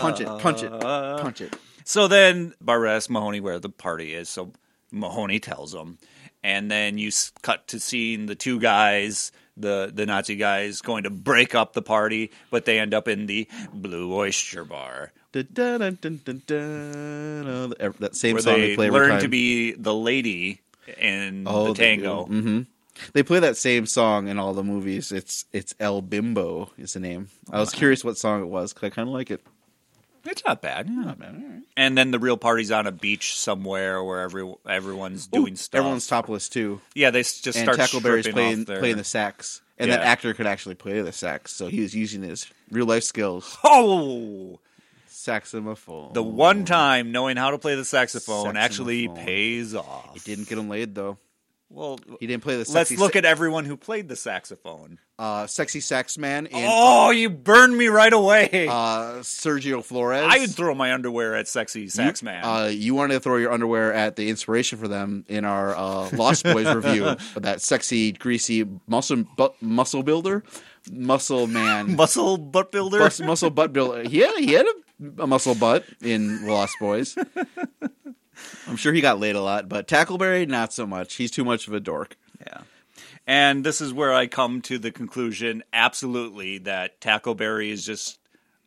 [LAUGHS] punch it, punch it, punch it. So then Barbara asks Mahoney where the party is. So Mahoney tells him, and then you s- cut to seeing the two guys. The, the Nazi guys going to break up the party, but they end up in the Blue Oyster Bar, Dun-dun-dun-dun-dun. Ev- That same where song they they play every learn time. to be the lady in Oh, the they do. tango. They play that same song in all the movies. It's it's El Bimbo is the name. I Uh-huh. was curious what song it was because I kind of like it. It's not bad. yeah. And then the real party's on a beach somewhere where every everyone's doing Ooh, stuff. Oh, Everyone's topless too, yeah, they s- just and start Tackleberry's stripping playing off their... playing the sax, and that Yeah. actor could actually play the sax, so he was using his real life skills. Oh, Saxophone. the one time knowing how to play the saxophone, actually Saxophone. pays off. he didn't get him laid though. Well, He didn't play the. let's Sexy look at everyone who played the saxophone. uh, sexy sax man and Oh, you burned me right away. uh, Sergio Flores. [LAUGHS] I would throw my underwear at sexy sax man. Uh, you wanted to throw your underwear at the inspiration for them in our uh, Lost Boys [LAUGHS] review of that sexy, greasy muscle bu- muscle builder, muscle man, Muscle butt [LAUGHS] builder. Bus- muscle butt builder. Yeah, he had a, a muscle butt in Lost [LAUGHS] Boys. I'm sure he got laid a lot, but Tackleberry not so much. He's too much of a dork. Yeah. And this is where I come to the conclusion absolutely that Tackleberry is just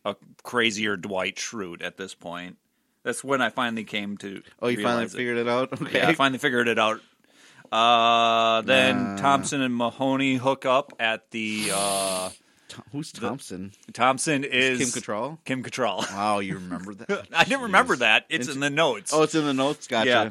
a crazier Dwight Schrute at this point. That's when I finally came to. Oh, you finally realize it. figured it out. Okay, Yeah, I finally figured it out. Uh, then Thompson and Mahoney hook up at the. Uh, Tom- who's Thompson? Thompson is Kim Cattrall. Kim Cattrall. Wow, you remember that? [LAUGHS] I didn't remember that. It's Didn't in the notes. Oh, it's in the notes. Gotcha. Yeah.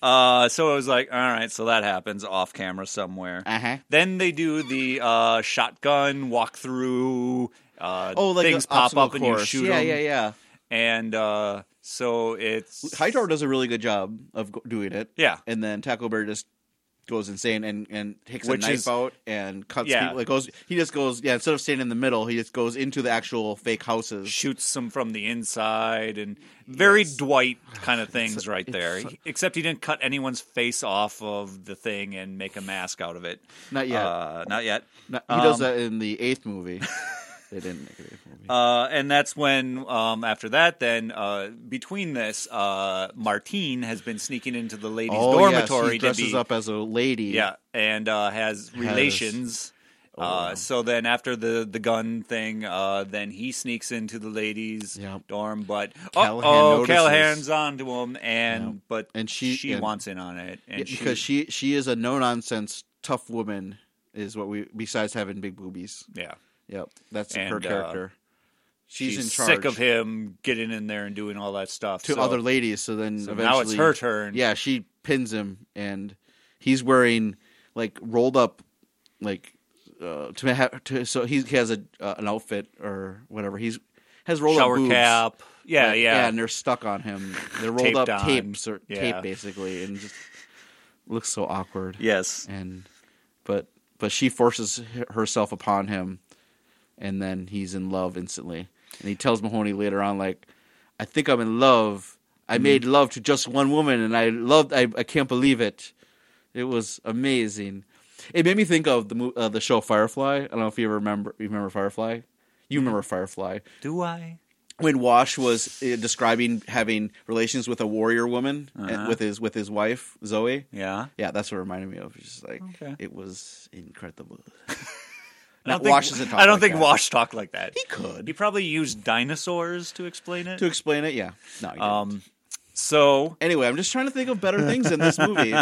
Uh, so it was like, all right, so that happens off camera somewhere. Uh-huh. Then they do the uh, shotgun walkthrough. Uh, Oh, like things a pop obstacle up and you course. shoot yeah, them. Yeah, yeah, And uh, so it's Hightower does a really good job of go- doing it. Yeah. and then Tackleberry just goes insane and and takes Which a knife is- out and cuts Yeah. people. Like goes, he just goes. Yeah, instead of staying in the middle, he just goes into the actual fake houses. shoots them from the inside and very Dwight kind of things right there. Except he didn't cut anyone's face off of the thing and make a mask out of it. Not yet. Uh, not yet. No, he does that in the eighth [LAUGHS] movie. they didn't make it eighth movie. Um, Uh, and that's when, um, after that, then uh, between this, uh, Martine has been sneaking into the ladies' Oh, yes, dormitory he to dresses be, up as a lady. yeah, and uh, has relations. Oh, Uh, so then, after the the gun thing, uh, then he sneaks into the ladies' Yep. dorm, but Callahan oh, notices. Callahan's on to him, and but And she- she and- wants in on it, and Yeah, because she she is a no nonsense tough woman. Is what we besides having big boobies. yeah, Yep, that's And, her uh, character. she's, she's, in charge sick of him getting in there and doing all that stuff to so- other ladies. So then so eventually, now it's her turn. Yeah, she pins him, and he's wearing like rolled up, like uh, to have to. So he has a uh, an outfit or whatever. He's has rolled up shower boobs. cap, yeah, Like, yeah, and they're stuck on him. They're rolled Taped up on. tapes or Yeah. tape basically, and just looks so awkward. yes, and but but she forces h- herself upon him, and then he's in love instantly. And he tells Mahoney later on, like, "I think I'm in love. I made love to just one woman, and I loved. I, I can't believe it. It was amazing. It made me think of the mo- uh, the show Firefly. I don't know if you ever remember you remember Firefly. You remember Firefly do I? when Wash was uh, describing having relations with a warrior woman uh, with his with his wife Zoe. Yeah, Yeah, that's what it reminded me of. It's Just like Okay. it was incredible. I don't Not think Wash doesn't talk I don't like think that. Wash talked like that. He could He probably used dinosaurs to explain it. to explain it. Yeah, no. he didn't. Um, so anyway, I'm just trying to think of better things in this [LAUGHS] movie.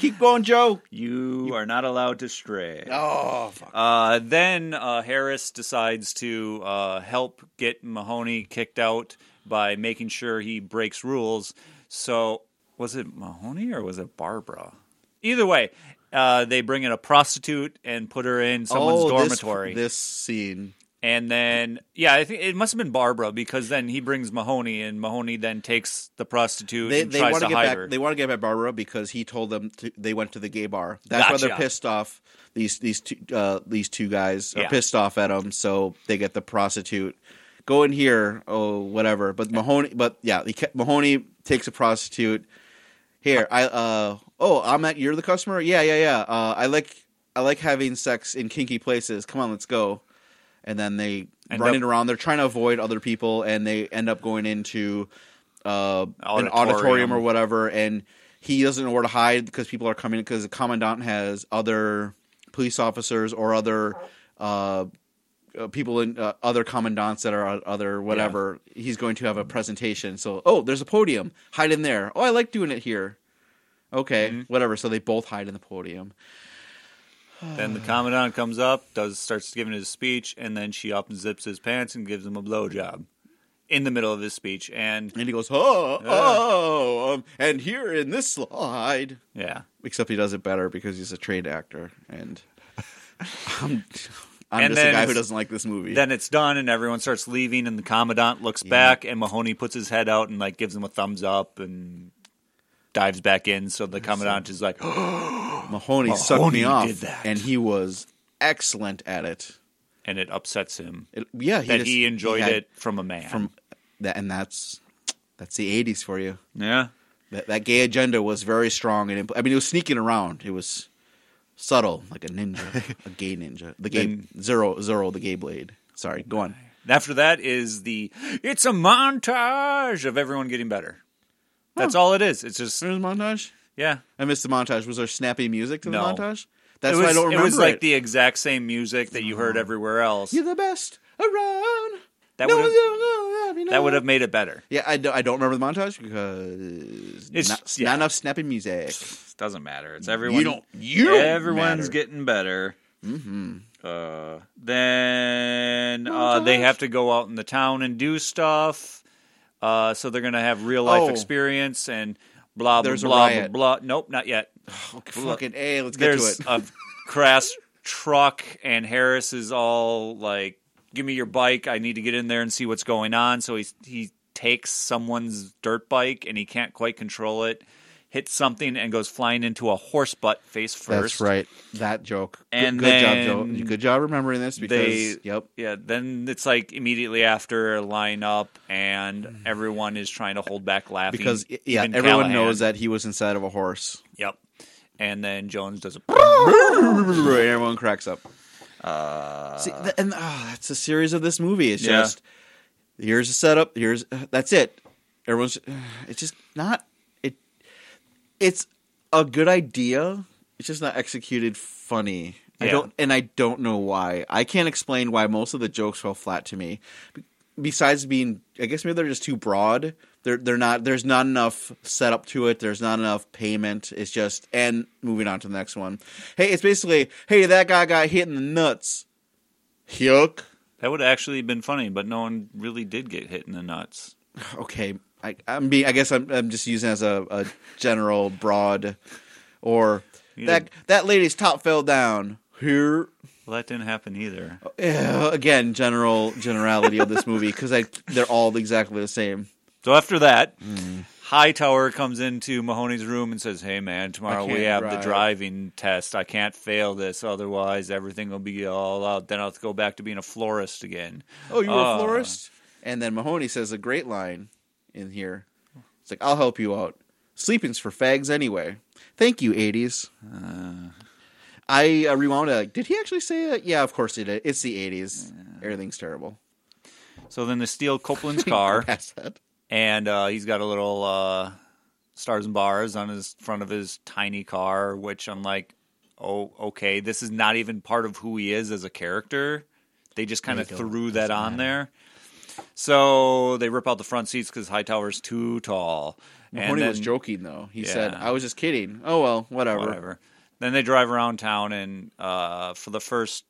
Keep going, Joe. you are not allowed to stray. Oh, fuck. Uh, then uh, Harris decides to uh, help get Mahoney kicked out by making sure he breaks rules. So was it Mahoney or was it Barbara? Either way, uh, they bring in a prostitute and put her in someone's Oh, this- dormitory. This, scene. And then, yeah, I think it must have been Barbara because then he brings Mahoney, and Mahoney then takes the prostitute They, and they tries want to to get hide back. her. They want to get back Barbara because he told them to, they went to the gay bar. That's why they're Gotcha. pissed off. These these two uh, these two guys are Yeah. pissed off at him, so they get the prostitute. Go in here, oh whatever. But Mahoney, but yeah, he, ca- Mahoney takes a prostitute. Here, I uh oh, I'm at you're the customer. Yeah, yeah, yeah. Uh, I like I like having sex in kinky places. Come on, let's go. And then they End running up- around. They're trying to avoid other people, and they end up going into uh, an Auditorium. auditorium or whatever, and he doesn't know where to hide because people are coming because the commandant has other police officers or other uh, uh, people in uh, other commandants that are o- other whatever. He's going to have a presentation, so oh, there's a podium, hide in there. Oh, I like doing it here. Okay, whatever. So they both hide in the podium. Then the commandant comes up, does starts giving his speech, and then she up and zips his pants and gives him a blowjob in the middle of his speech. And And he goes, oh, oh, um, and here in this slide. yeah, except he does it better because he's a trained actor [LAUGHS] and I'm, I'm And just a then guy who it's- doesn't like this movie. then it's done, and everyone starts leaving, and the commandant looks back, and Mahoney puts his head out and like gives him a thumbs up and dives back in. So the commandant is like, [GASPS] Mahoney, sucked Mahoney me off, did that. and he was excellent at it. and it upsets him It- yeah, he that just- he enjoyed had- it from a man. from that, and that's that's the '80s for you. yeah. That, that gay agenda was very strong, and it, I mean, it was sneaking around. It was subtle, like a ninja, [LAUGHS] a gay ninja, the gay Then- Zero Zero, the gay blade. Sorry, go on. And after that is the it's a montage of everyone getting better. That's all it is. It's just There's a montage. yeah. I missed the montage. Was there snappy music to the No. montage? That's it was, why I don't remember. It was like it. the exact same music that you heard Mm-hmm. everywhere else. You're the best around. That No would've- one's gonna love you, no That would one- have made it better. Yeah, I don't, I don't remember the montage because It's- not, yeah. not enough snappy music. Doesn't matter. It's everyone. you don't. You don't everyone's matter. getting better. Mm-hmm. Uh, then uh, they have to go out in the town and do stuff. Uh, so they're gonna have real life Oh. experience and blah blah There's a blah blah riot. blah. Nope, not yet. Okay, fucking a. Let's get There's to it. a crash truck, and Harris is all like, "Give me your bike. I need to get in there and see what's going on." So he he takes someone's dirt bike, and he can't quite control it. hits something and goes flying into a horse butt face first. That's right. That joke. Good- And good, job, then Joe. Good job remembering this because they- yep. Yeah, then it's like immediately after line up and everyone is trying to hold back laughing. Because y- yeah, even everyone Callahan. knows that he was inside of a horse. Yep. And then Jones does a [LAUGHS] and everyone cracks up. See, th- and ah, that's the series of this movie. It's Uh, Yeah. just here's a setup. Here's that's it. Everyone's. [SIGHS] It's just not. It. It's a good idea. It's just not executed funny. I Yeah. don't, and I don't know why. I can't explain why most of the jokes fell flat to me. Be- Besides being, I guess maybe they're just too broad. They're they're not. There's not enough setup to it. There's not enough payment. It's just and moving on to the next one. Hey, it's basically hey that guy got hit in the nuts. Yuck. That would have actually been funny, but no one really did get hit in the nuts. okay, I, I'm being. I guess I'm. I'm just using as a, a general broad, or You that that lady's top fell down here. Well, that didn't happen either. Yeah, again, general generality of this movie because they're all exactly the same. So after that, Mm-hmm. Hightower comes into Mahoney's room and says, "Hey man, tomorrow we can't have the drive." driving test. I can't fail this, otherwise everything will be all out. Then I'll have to go back to being a florist again." Oh, you were Uh, a florist, and then Mahoney says a great line in here. It's like I'll help you out. Sleeping's for fags anyway. Thank you, '80s. I uh, rewound. it, Like, did he actually say that? Yeah, of course he did. It's the '80s. Everything's terrible. So then they [LAUGHS] steal Copeland's car, Past that. and uh, he's got a little uh, stars and bars on his front of his tiny car, which I'm like, "Oh, okay, this is not even part of who he is as a character. They just kind of They don't. threw that on there." So they rip out the front seats because Hightower's too tall. Mahoney then- was joking though. He said, Yeah. "I was just kidding." Oh well, whatever. whatever. Then they drive around town, and uh, for the first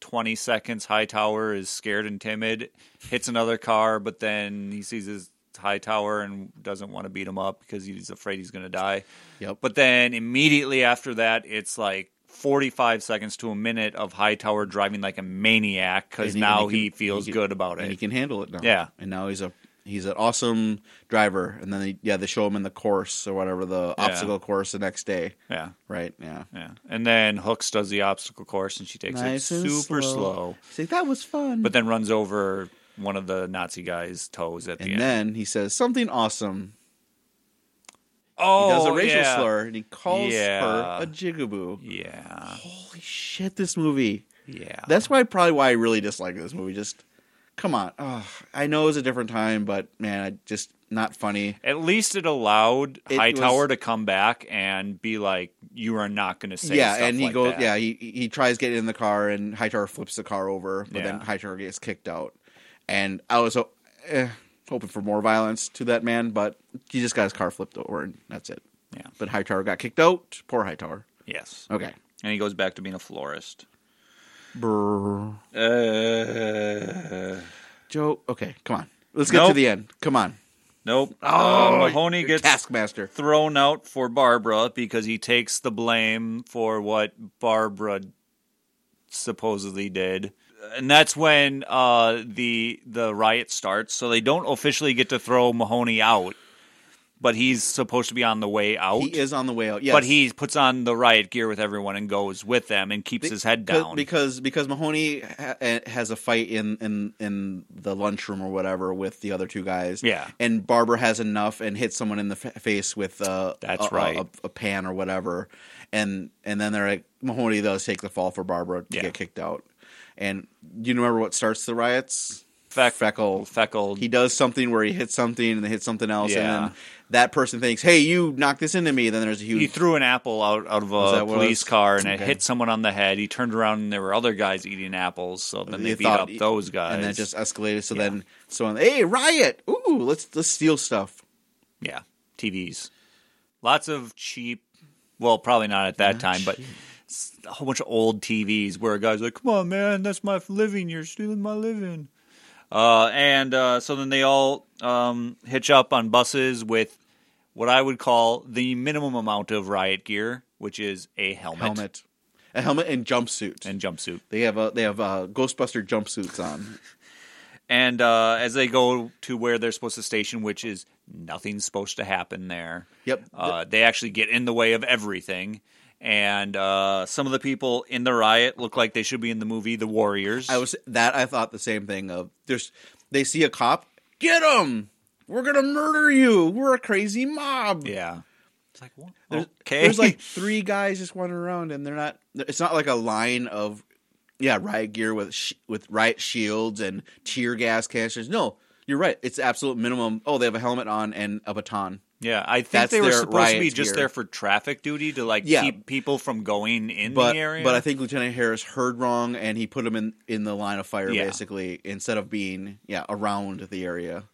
20 seconds, Hightower is scared and timid, hits another car, but then he sees his Hightower and doesn't want to beat him up because he's afraid he's going to die. Yep. But then immediately after that, it's like 45 seconds to a minute of Hightower driving like a maniac And because he- now and he he, can- feels he can- good about and he it. can handle it now. Yeah. and now he's a he's an awesome driver. And then they, yeah, they show him in the course or whatever the obstacle course the next day. Yeah. Right. Yeah. Yeah. And then Hooks does the obstacle course and she takes it super slow. See, that was fun. but then runs over one of the Nazi guy's toes at the and end. then he says something awesome. He oh, does a racial yeah. slur and he calls Yeah. her a jigaboo. Yeah, Holy shit! This movie. yeah. That's why probably why I really dislike this movie. Just come on. Ugh. I know it was a different time, but man, I just not funny. at least it allowed It Hightower was- to come back and be like, "You are not going to say yeah, stuff and he like goes. that." Yeah, he he tries getting in the car, and Hightower flips the car over, but then Yeah. Hightower gets kicked out. And I was ho- eh, hoping for more violence to that man, but he just got his car flipped over, and that's it. Yeah. But Hightower got kicked out. Poor Hightower. yes, Okay. and he goes back to being a florist. Brrr. Uh, Joe. Okay, come on. Let's get to Nope. the end. Come on. nope. Oh, Mahoney Your gets Taskmaster. thrown out for Barbara because he takes the blame for what Barbara supposedly did. And that's when uh, the the riot starts. So they don't officially get to throw Mahoney out, but he's supposed to be on the way out. He is on the way out. Yes. But he puts on the riot gear with everyone and goes with them and keeps his head Because- down. because because Mahoney ha- has a fight in in in the lunchroom or whatever with the other two guys. Yeah. and Barbara has enough and hits someone in the fa- face with uh, That's a, a- right. a, a pan or whatever, and and then they're like Mahoney does take the fall for Barbara to Yeah. get kicked out. And do you remember what starts the riots? Feck- Feckle. Feckled. He does something where he hits something and they hit something else, Yeah. and then that person thinks, "Hey, you knocked this into me." Then there's a huge he threw an apple out, out of that a what it police was? car and it Okay. hit someone on the head. He turned around and there were other guys eating apples, so then they, beat thought- up those guys. and that just escalated. So then, so on, hey, riot! Ooh, let's let's steal stuff. yeah, TVs, lots of cheap. Well, probably not at that time, but s- a whole bunch of old TVs where a guy's like, "Come on, man, that's my living. You're stealing my living." Uh, and uh, so then they all um, hitch up on buses with what I would call the minimum amount of riot gear, which is a helmet, Helmet, a helmet and jumpsuit. and jumpsuit. they have uh, they have uh, Ghostbuster jumpsuits on. and uh, as they go to where they're supposed to station, which is Nothing's supposed to happen there. Yep. Uh, they actually get in the way of everything. And uh, some of the people in the riot look like they should be in the movie The Warriors. I was that I thought the same thing of there's they see a cop, get him. We're gonna murder you. We're a crazy mob. yeah. It's like what? Oh, There's, okay. there's [LAUGHS] like three guys just wandering around, and they're not. It's not like a line of, yeah, riot gear with sh- with riot shields and tear gas canisters. No, you're right. It's absolute minimum. Oh, they have a helmet on and a baton. yeah. I think that's they were their supposed to be riot just gear. there for traffic duty to like Yeah. keep people from going in But the area. but I think Lieutenant Harris heard wrong, and he put him in in the line of fire Yeah. basically instead of being yeah around the area.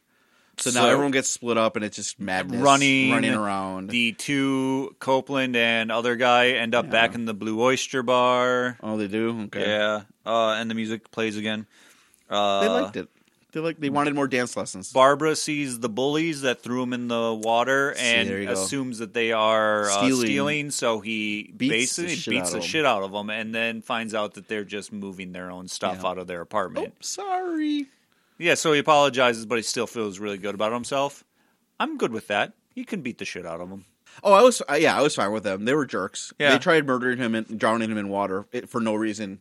So, So- now everyone gets split up, and it's just madness Running running around. the two Copeland and other guy end up back in the Blue Oyster Bar. oh, they do. Okay, Yeah, uh, and the music plays again. Uh, they liked it. They like they wanted more dance lessons. Barbara sees the bullies that threw him in the water and there you go. assumes that they are uh, stealing. Stealing. So he Beats the basically shit beats out the of 'em. shit out of them, and then finds out that they're just moving their own stuff Yeah. out of their apartment. Oh, sorry. Yeah, so he apologizes, but he still feels really good about himself. I'm good with that. He can beat the shit out of them. Oh, I was uh, yeah, I was fine with them. They were jerks. Yeah. They tried murdering him and drowning him in water it, for no reason.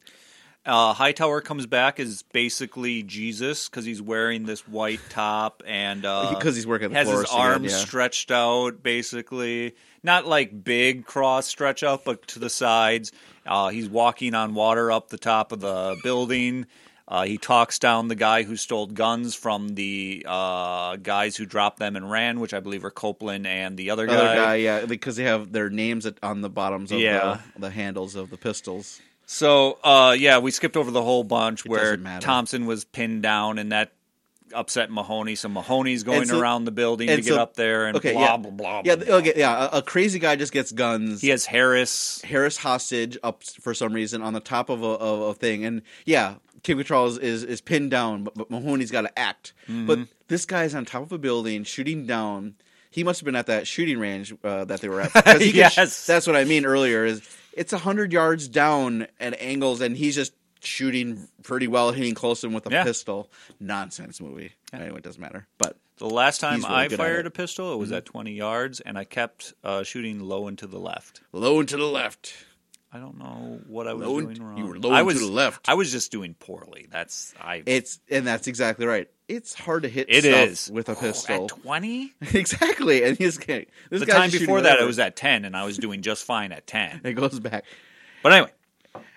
uh, Hightower comes back as basically Jesus because he's wearing this white top and because [LAUGHS] 'Cause he's working at the Uh, has his florist again, arms yeah. stretched out, basically not like big cross stretch out, but to the sides. Uh, he's walking on water up the top of the building. Uh, he talks down the guy who stole guns from the uh, guys who dropped them and ran, which I believe are Copeland and the other, Other guy, yeah, because they have their names at- on the bottoms of Yeah. the, the handles of the pistols. So uh, yeah, we skipped over the whole bunch where doesn't matter. Thompson was pinned down, and that upset Mahoney. So Mahoney's going And so- around the building to and get so- up there and Okay, blah, yeah. blah blah yeah, blah. th- okay, yeah. A, a crazy guy just gets guns. He has Harris. Harris hostage up for some reason on the top of a, of a thing, and yeah, Kim Cattrall is, is, is pinned down, but, but Mahoney's got to act. Mm-hmm. But this guy's on top of a building shooting down. He must have been at that shooting range uh, that they were at. 'Cause he [LAUGHS] could sh- Yes. that's what I mean earlier. Is it's hundred yards down at angles, and he's just shooting pretty well, hitting close to him with a Yeah. pistol. Nonsense movie. Anyway, it doesn't matter. But The last time He's really I good at fired it. Mm-hmm. a pistol, it was at twenty yards, and I kept uh, shooting low and to the left. low and to the left. I don't know what I was Low and- doing wrong. you were low I and to was, the left. I was just doing poorly. That's I. It's and that's exactly right. It's hard to hit it stuff is with a Oh, pistol. at twenty. [LAUGHS] Exactly, and he's this The guy's time shooting before that, whatever. it was at ten, and I was doing just fine at ten. [LAUGHS] It goes back. But anyway,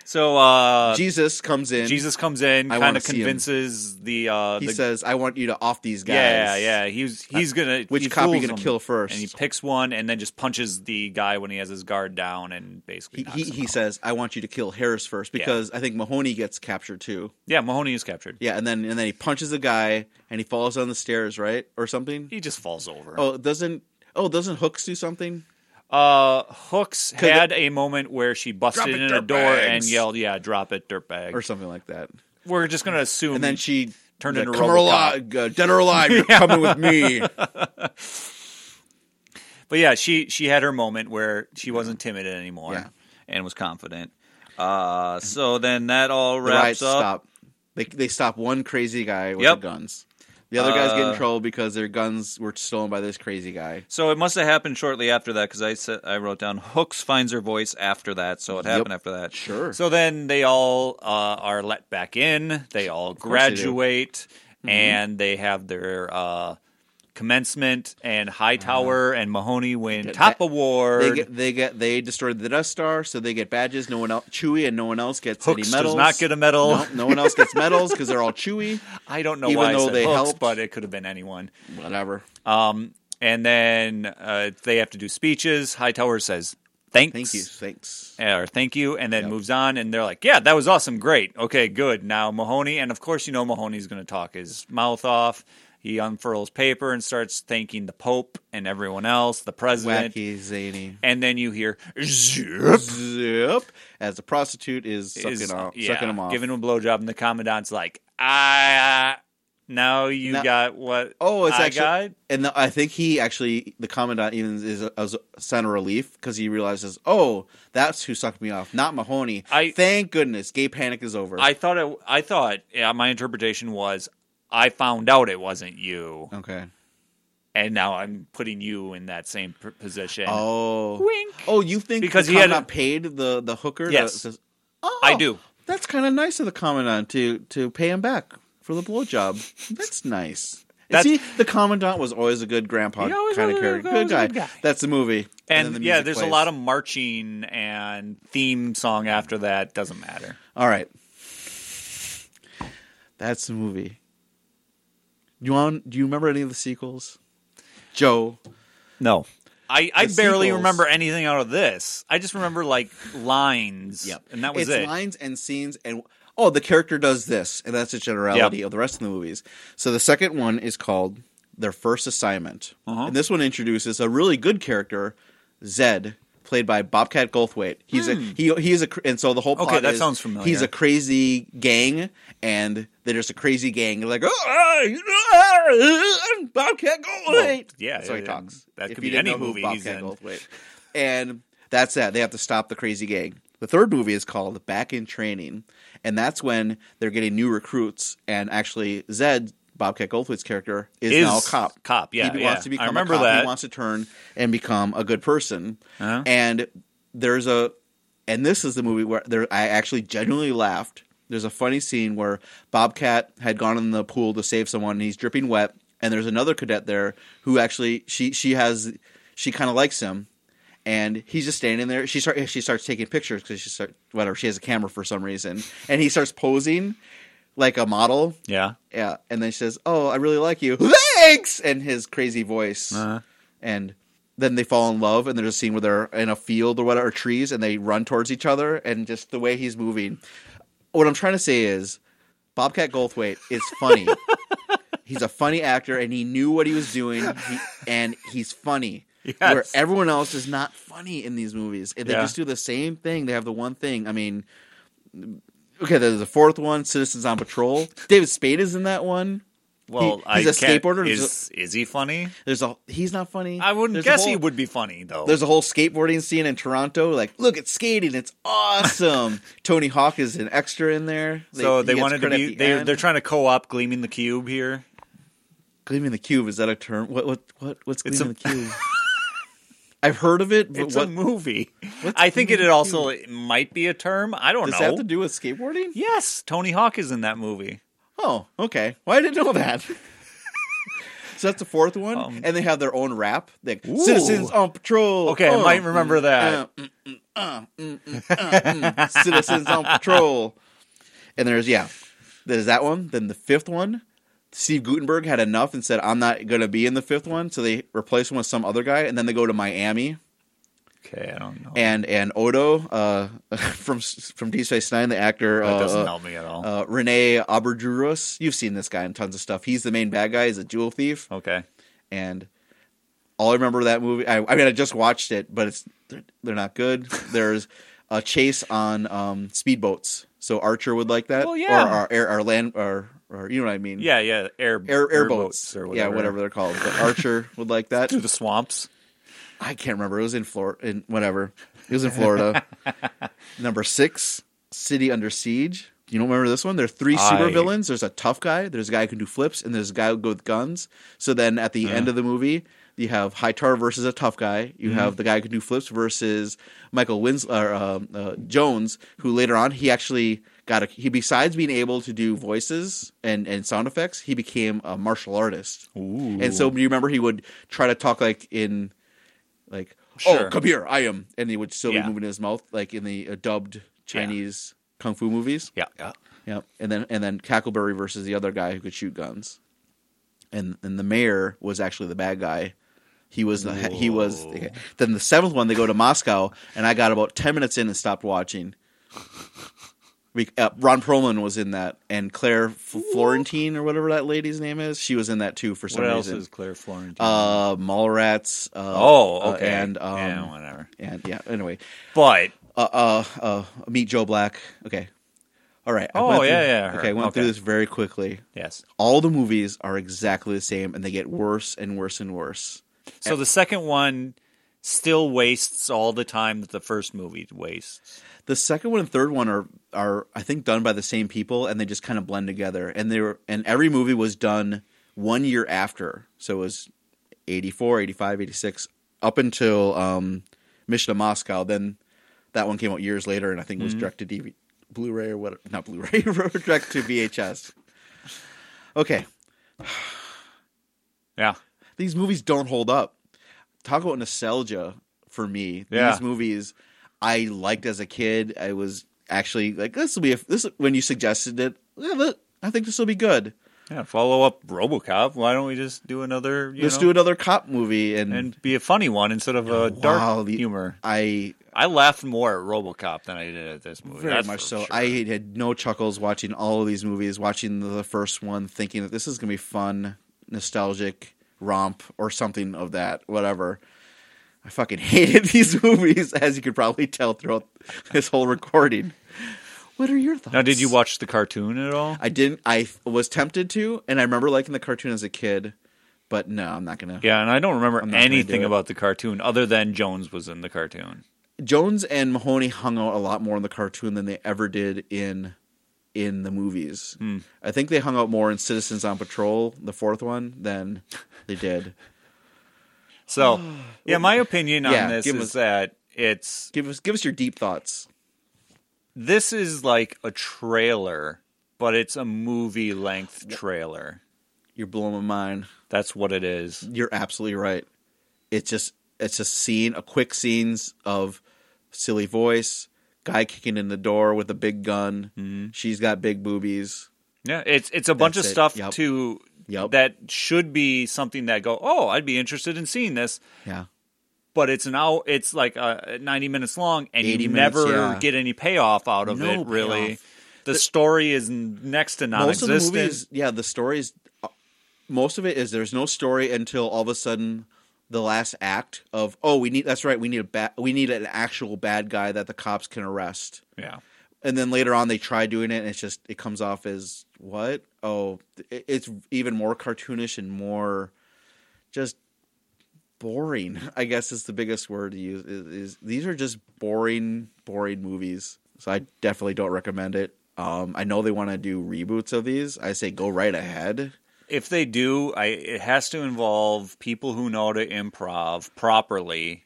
so uh, Jesus comes in. Jesus comes in, I kind wanna of see him. convinces the uh, He the, says, "I want you to off these guys." Uh, yeah, yeah. He's he's gonna Which he cop you fools gonna him, kill first? and he picks one, and then just punches the guy when he has his guard down, and basically He, knocks he, him he out. says, "I want you to kill Harris first because I think Mahoney gets captured too." yeah, Mahoney is captured. Yeah, and then and then he punches the guy and he falls down the stairs, right, or something. He just falls over. Oh, doesn't oh doesn't Hooks do something? Uh, Hooks had a moment where she busted it, in a dirtbags. door and yelled, "Yeah, drop it, dirtbag!" or something like that? We're just gonna assume. And then she Turned like, into "Come or Robocop." alive, uh, dead or [LAUGHS] alive, you're coming with me. but yeah, she she had her moment where she wasn't timid anymore Yeah. and was confident. Uh, so then that all The riots wraps up. stop. They they stop one crazy guy with Yep. the guns. The other guys get Uh, in trouble because their guns were stolen by this crazy guy. So it must have happened shortly after that because I said I wrote down Hooks finds her voice after that. So it happened after that. Sure. So then they all uh, are let back in. They all course they do. Mm-hmm. graduate and they have their uh, commencement. And Hightower Uh-huh. and Mahoney win top ba- award. They get they get they destroyed the Death Star, so they get badges. No one else, Chewy, and no one else gets Hooks any does medals. not get a medal. No, no one else gets medals because they're all Chewy. [LAUGHS] I don't know Even why I though said they Hooks, helped. but it could have been anyone. [LAUGHS] Whatever. Um, and then uh, they have to do speeches. Hightower says thanks. Thank you. Thanks. or thank you, and then moves on. And they're like, yeah, that was awesome. Great. Okay, good. Now Mahoney, and of course, you know, Mahoney's going to talk his mouth off. He unfurls paper and starts thanking the Pope and everyone else, the president. Wacky zany. And then you hear, zip. Zip. As the prostitute is sucking, is- off, yeah, sucking him off. Giving him a blowjob, and the commandant's like, ah, now you No. got what Oh, it's I actually, got? and the, I think he actually, the commandant even is a, a sign of relief because he realizes, oh, that's who sucked me off, not Mahoney. I- thank goodness, gay panic is over. I thought it, I thought, yeah, my interpretation was, I found out it wasn't you. okay, and now I'm putting you in that same p- position. Oh, Wink. Oh, you think because Because he the had a- commandant paid the the hooker? to- Yes. to- oh, I do. That's kind of nice of the commandant to to pay him back for the blowjob. That's nice. And That's- See, the commandant was always a good grandpa He always kind was of a- character, always good guy. a good guy. That's the movie. And, then the yeah, music there's plays. a lot of marching and theme song after that. Doesn't matter. All right, that's the movie. You want? Do you remember any of the sequels? Joe, No. I, I The barely sequels. remember anything out of this. I just remember like lines. And that was it's it. lines and scenes and oh, the character does this, and that's a generality Yep. of the rest of the movies. So the second one is called their first assignment, Uh-huh. and this one introduces a really good character, Zed, played by Bobcat Goldthwait. He's a he he is a cr- and so the whole Hmm. Okay, plot that is sounds familiar. He's a crazy gang, and they're just a crazy gang. They're like, oh, ah, I'm Bobcat Goldthwait. yeah, so he and talks. that could you be didn't know any who movie he's Bobcat in. Goldthwait. And that's that. They have to stop the crazy gang. The third movie is called Back in Training, and that's when they're getting new recruits. And actually, Zed Bobcat Goldthwait's character is, Is now a cop. cop, yeah, he yeah. wants to I become remember a cop. that. He wants to turn and become a good person. Uh-huh. And there's a, and this is the movie where there I actually genuinely laughed. There's a funny scene where Bobcat had gone in the pool to save someone, and he's dripping wet. And there's another cadet there who actually she she has she kind of likes him, and he's just standing there. She start she starts taking pictures because she start whatever she has a camera for some reason, and he starts posing like a model. yeah. Yeah, and then she says, "Oh, I really like you." Thanks, and his crazy voice. Uh-huh. And then they fall in love, and there's a scene where they're in a field or whatever, or trees, and they run towards each other, and just the way he's moving. What I'm trying to say is, Bobcat Goldthwait is [LAUGHS] funny. he's a funny actor, and he knew what he was doing, he, and he's funny. Yes. Where everyone else is not funny in these movies, and they Yeah. just do the same thing. They have the one thing. I mean, okay, there's a fourth one, Citizens on Patrol. David Spade is in that one. Well, He- he's I a can't- skateboarder. Is is he funny? There's a he's not funny. I wouldn't There's a guess he whole- would be funny though. There's a whole skateboarding scene in Toronto. Like, look, it's skating. It's [LAUGHS] awesome. Tony Hawk is an extra in there. so he they gets wanted to credit be. at the They, end. they're trying to co-op gleaming the cube here. gleaming the cube. Is that a term? What what what what's It's gleaming the [LAUGHS] cube? I've heard of it, but It's what a movie. I think it, Gleaming the also might be a term. I don't does that know. have to do with skateboarding? yes, Tony Hawk is in that movie. Oh, okay. Well, I didn't know that. [LAUGHS] so that's the fourth one, Um, and they have their own rap. Like, Ooh. citizens on patrol. Okay, I Oh, might remember that. uh, mm, mm, uh, mm, mm, uh, mm. citizens on patrol. And there's yeah, there's that one. Then the fifth one, Steve Gutenberg had enough and said, "I'm not gonna be in the fifth one," so they replace him with some other guy, and then they go to Miami okay, I don't know. and and Odo uh, [LAUGHS] from from Deep Space Nine, the actor that uh, doesn't uh, help me at all. uh, Rene Aberjuros. You've seen this guy in tons of stuff. He's the main bad guy. He's a jewel thief, okay. and all I remember that movie. I, I mean, I just watched it, but it's they're, they're not [LAUGHS] good. There's a chase on um, speedboats, so Archer would like that. Well, yeah. or our, air our land, or, or you know what I mean. Yeah, yeah. Air air airboats, airboats or yeah, whatever they're called. But [LAUGHS] Archer would like that. Through the swamps. I can't remember. It was in Florida, in whatever. It was in Florida. Number six, City Under Siege. You don't remember this one? There are three I- supervillains. There's a tough guy. There's a guy who can do flips, and there's a guy with guns. So then at the end of the movie, you have Hightar versus a tough guy. You have the guy who can do flips versus Michael Wins or um, uh, Jones, who later on he actually got a, he besides being able to do voices and and sound effects, he became a martial artist. Ooh. And so do you remember he would try to talk like in like Sure. oh come here I am and he would still Yeah. be moving his mouth like in the uh, dubbed Chinese kung fu movies. yeah, yeah. Yep. And then and then Cackleberry versus the other guy who could shoot guns. And and the mayor was actually the bad guy. He was the, he was Whoa. then the seventh one they go to Moscow and I got about 10 minutes in and stopped watching. We, uh, Ron Perlman was in that, and Claire F- Florentine or whatever that lady's name is, she was in that too for some What else reason is Claire Florentine? uh Mallrats. Uh, oh, uh, okay. and um, yeah, whatever. and yeah. Anyway, But uh, uh, uh, meet Joe Black. Okay, all right. I Oh, went through- yeah, yeah, her. Okay, I went Okay. through this very quickly. yes. All the movies are exactly the same, and they get worse and worse and worse. So the second one still wastes all the time that the first movie wastes. The second one and third one are are I think done by the same people, and they just kind of blend together. And they were, and every movie was done one year after, so it was 84, 85, 86, up until um, Mission to Moscow. Then that one came out years later, and I think it was direct to DVD, Blu-ray or whatever. Not Blu-ray, [LAUGHS] direct to VHS. Okay, Yeah. these movies don't hold up. Talk about nostalgia for me. Yeah. These movies I liked as a kid. I was actually like, this will be a, this when you suggested it. yeah, that- I think this will be good. Yeah. Follow up RoboCop. Why don't we just do another? You Let's know, do another cop movie, and, and be a funny one instead of a dark Wow, the- humor. I I laughed more at RoboCop than I did at this movie. very that's much for so. Oh, sure. I had no chuckles watching all of these movies. Watching the first one, thinking that this is gonna be fun, nostalgic romp or something of that, whatever. I fucking [LAUGHS] hated these movies, as you could probably tell throughout this whole recording. What are your thoughts? now, did you watch the cartoon at all? I didn't. I was tempted to, and I remember liking the cartoon as a kid, but no, I'm not gonna. Yeah, and I don't remember not gonna do anything it. about the cartoon other than Jones was in the cartoon. Jones and Mahoney hung out a lot more in the cartoon than they ever did in in the movies. I think they hung out more in Citizens on Patrol, the fourth one, than they did. So, yeah, my opinion on Yeah, this give is us- that it's give us give us your deep thoughts. this is like a trailer, but it's a movie length trailer. You're blowing my mind. That's what it is. You're absolutely right. It's just it's just scene, a quick scenes of silly voice, guy kicking in the door with a big gun. She's got big boobies. Yeah, it's it's a bunch That's of it. stuff Yep. to Yep. that should be something that go, "Oh, I'd be interested in seeing this." Yeah. But it's an hour it's like uh, 90 minutes long and you 80 minutes, never yeah. get any payoff out of No it really. payoff. The, story is n- next to most of non-existent. the movies, yeah, the stories. uh, Most of it is there's no story until all of a sudden the last act of oh we need that's right we need a ba- we need an actual bad guy that the cops can arrest yeah. and then later on they try doing it and it's just it comes off as what oh it- it's even more cartoonish and more just boring [LAUGHS] i guess is the biggest word to use is, is these are just boring boring movies so i definitely don't recommend it um, i know they want to do reboots of these i say go right ahead if they do, I it has to involve people who know to improv properly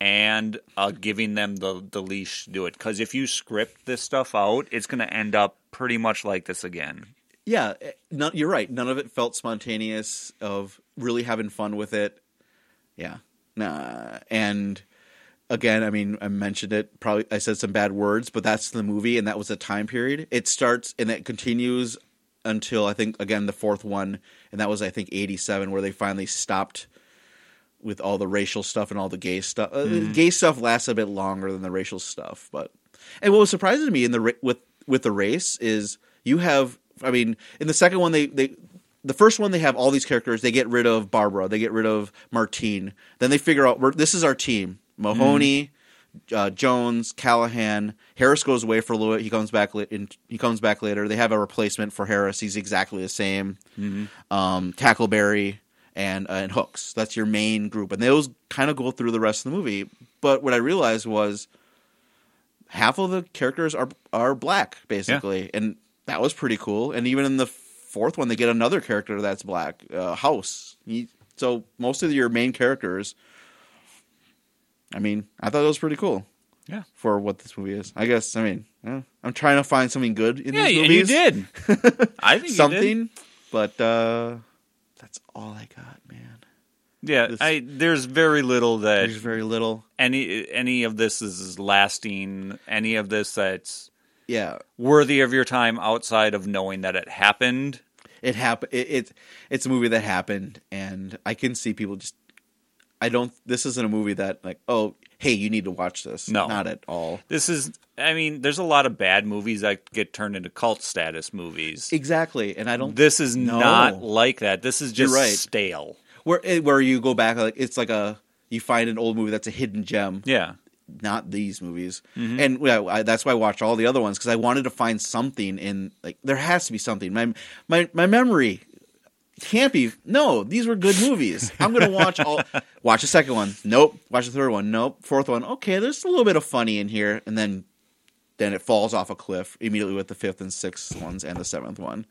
and uh, giving them the the leash to do it. Because if you script this stuff out, it's going to end up pretty much like this again. yeah eh, no, you're right none of it felt spontaneous of really having fun with it yeah nah. and again i mean i mentioned it probably i said some bad words but that's the movie and that was the time period it starts and it continues until i think again the fourth one and that was i think 87 where they finally stopped with all the racial stuff and all the gay stuff uh, the gay stuff lasts a bit longer than the racial stuff but and what was surprising to me in the ra- with with the race is you have i mean in the second one they they the first one they have all these characters they get rid of barbara they get rid of martine then they figure out we're, this is our team mahoney uh, jones callahan harris goes away for a little bit he comes back la- in, he comes back later they have a replacement for harris he's exactly the same um, tackleberry and uh, and hooks that's your main group and those kind of go through the rest of the movie but what i realized was half of the characters are are black basically, and that was pretty cool. And even in the fourth one, they get another character that's black, uh, House. He- so most of your main characters. I mean, I thought it was pretty cool Yeah, for what this movie is. I guess I mean eh, I'm trying to find something good in yeah, these you, you movies. did. [LAUGHS] I think You did. something, but uh, that's all I got, man. Yeah, This- I, there's very little that There's very little. any any of this is lasting. Any of this that's Yeah, worthy of your time outside of knowing that it happened. it happened it, it it's a movie that happened and i can see people just i don't this isn't a movie that like oh hey you need to watch this No. not at all This is, I mean, there's a lot of bad movies that get turned into cult status movies. exactly and i don't This is No. not like that. This is just You're right. stale. where eh, where you go back like it's like a you find an old movie that's a hidden gem Yeah. not these movies and yeah, I, that's why i watched all the other ones because i wanted to find something in like there has to be something my my my memory can't be no these were good movies i'm gonna watch all watch the second one nope watch the third one nope fourth one okay there's a little bit of funny in here and then then it falls off a cliff immediately with the fifth and sixth ones and the seventh one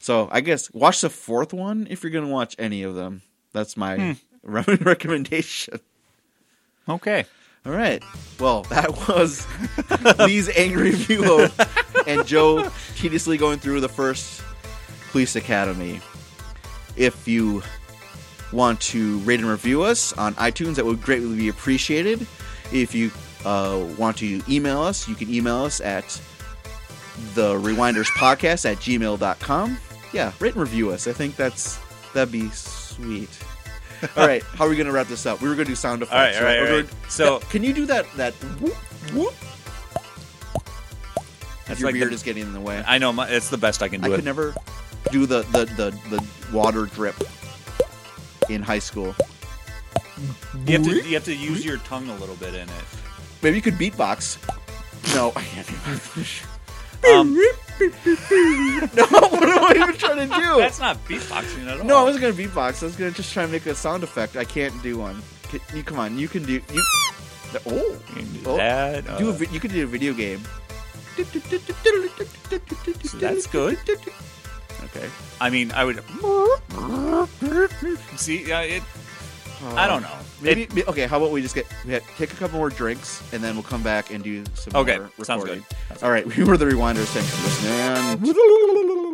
so i guess watch the fourth one if you're gonna watch any of them That's my re- [LAUGHS] recommendation. Okay. All right. Well, [LAUGHS] that was [LAUGHS] Lee's angry review of and Joe tediously going through the first police academy. If you want to rate and review us on iTunes, that would greatly be appreciated. If you uh, want to email us, you can email us at the Rewinders Podcast at gmail.com. Yeah, rate and review us. I think that's that'd be [LAUGHS] sweet. All right, how are we gonna wrap this up? We were gonna do sound effects. All right, all right, We're all right. gonna- So- Yeah, can you do that? That whoop whoop. That's Your like beard the- is getting in the way. I, I know my, it's the best I can do it. could never do the, the the the water drip in high school. you have to you have to use your tongue a little bit in it. Maybe you could beatbox. No, I can't. do that. Um, [LAUGHS] no, [LAUGHS] what am I even trying to do? [LAUGHS] That's not beatboxing at all. Oh. No, I wasn't gonna beatbox. I was gonna just try and make a sound effect. I can't do one. Can, you come on? You can do. You, the- oh, You can do oh. that, uh, do a, vi- you can do a video game. So that's good. [LAUGHS] Okay. I mean, I would. See, uh, it, Oh. I don't know. Maybe It- may- okay. How about we just get we had, take a couple more drinks and then we'll come back and do some Okay, more recording. [LAUGHS] sounds good. All right, we were the rewinders. Thanks for listening.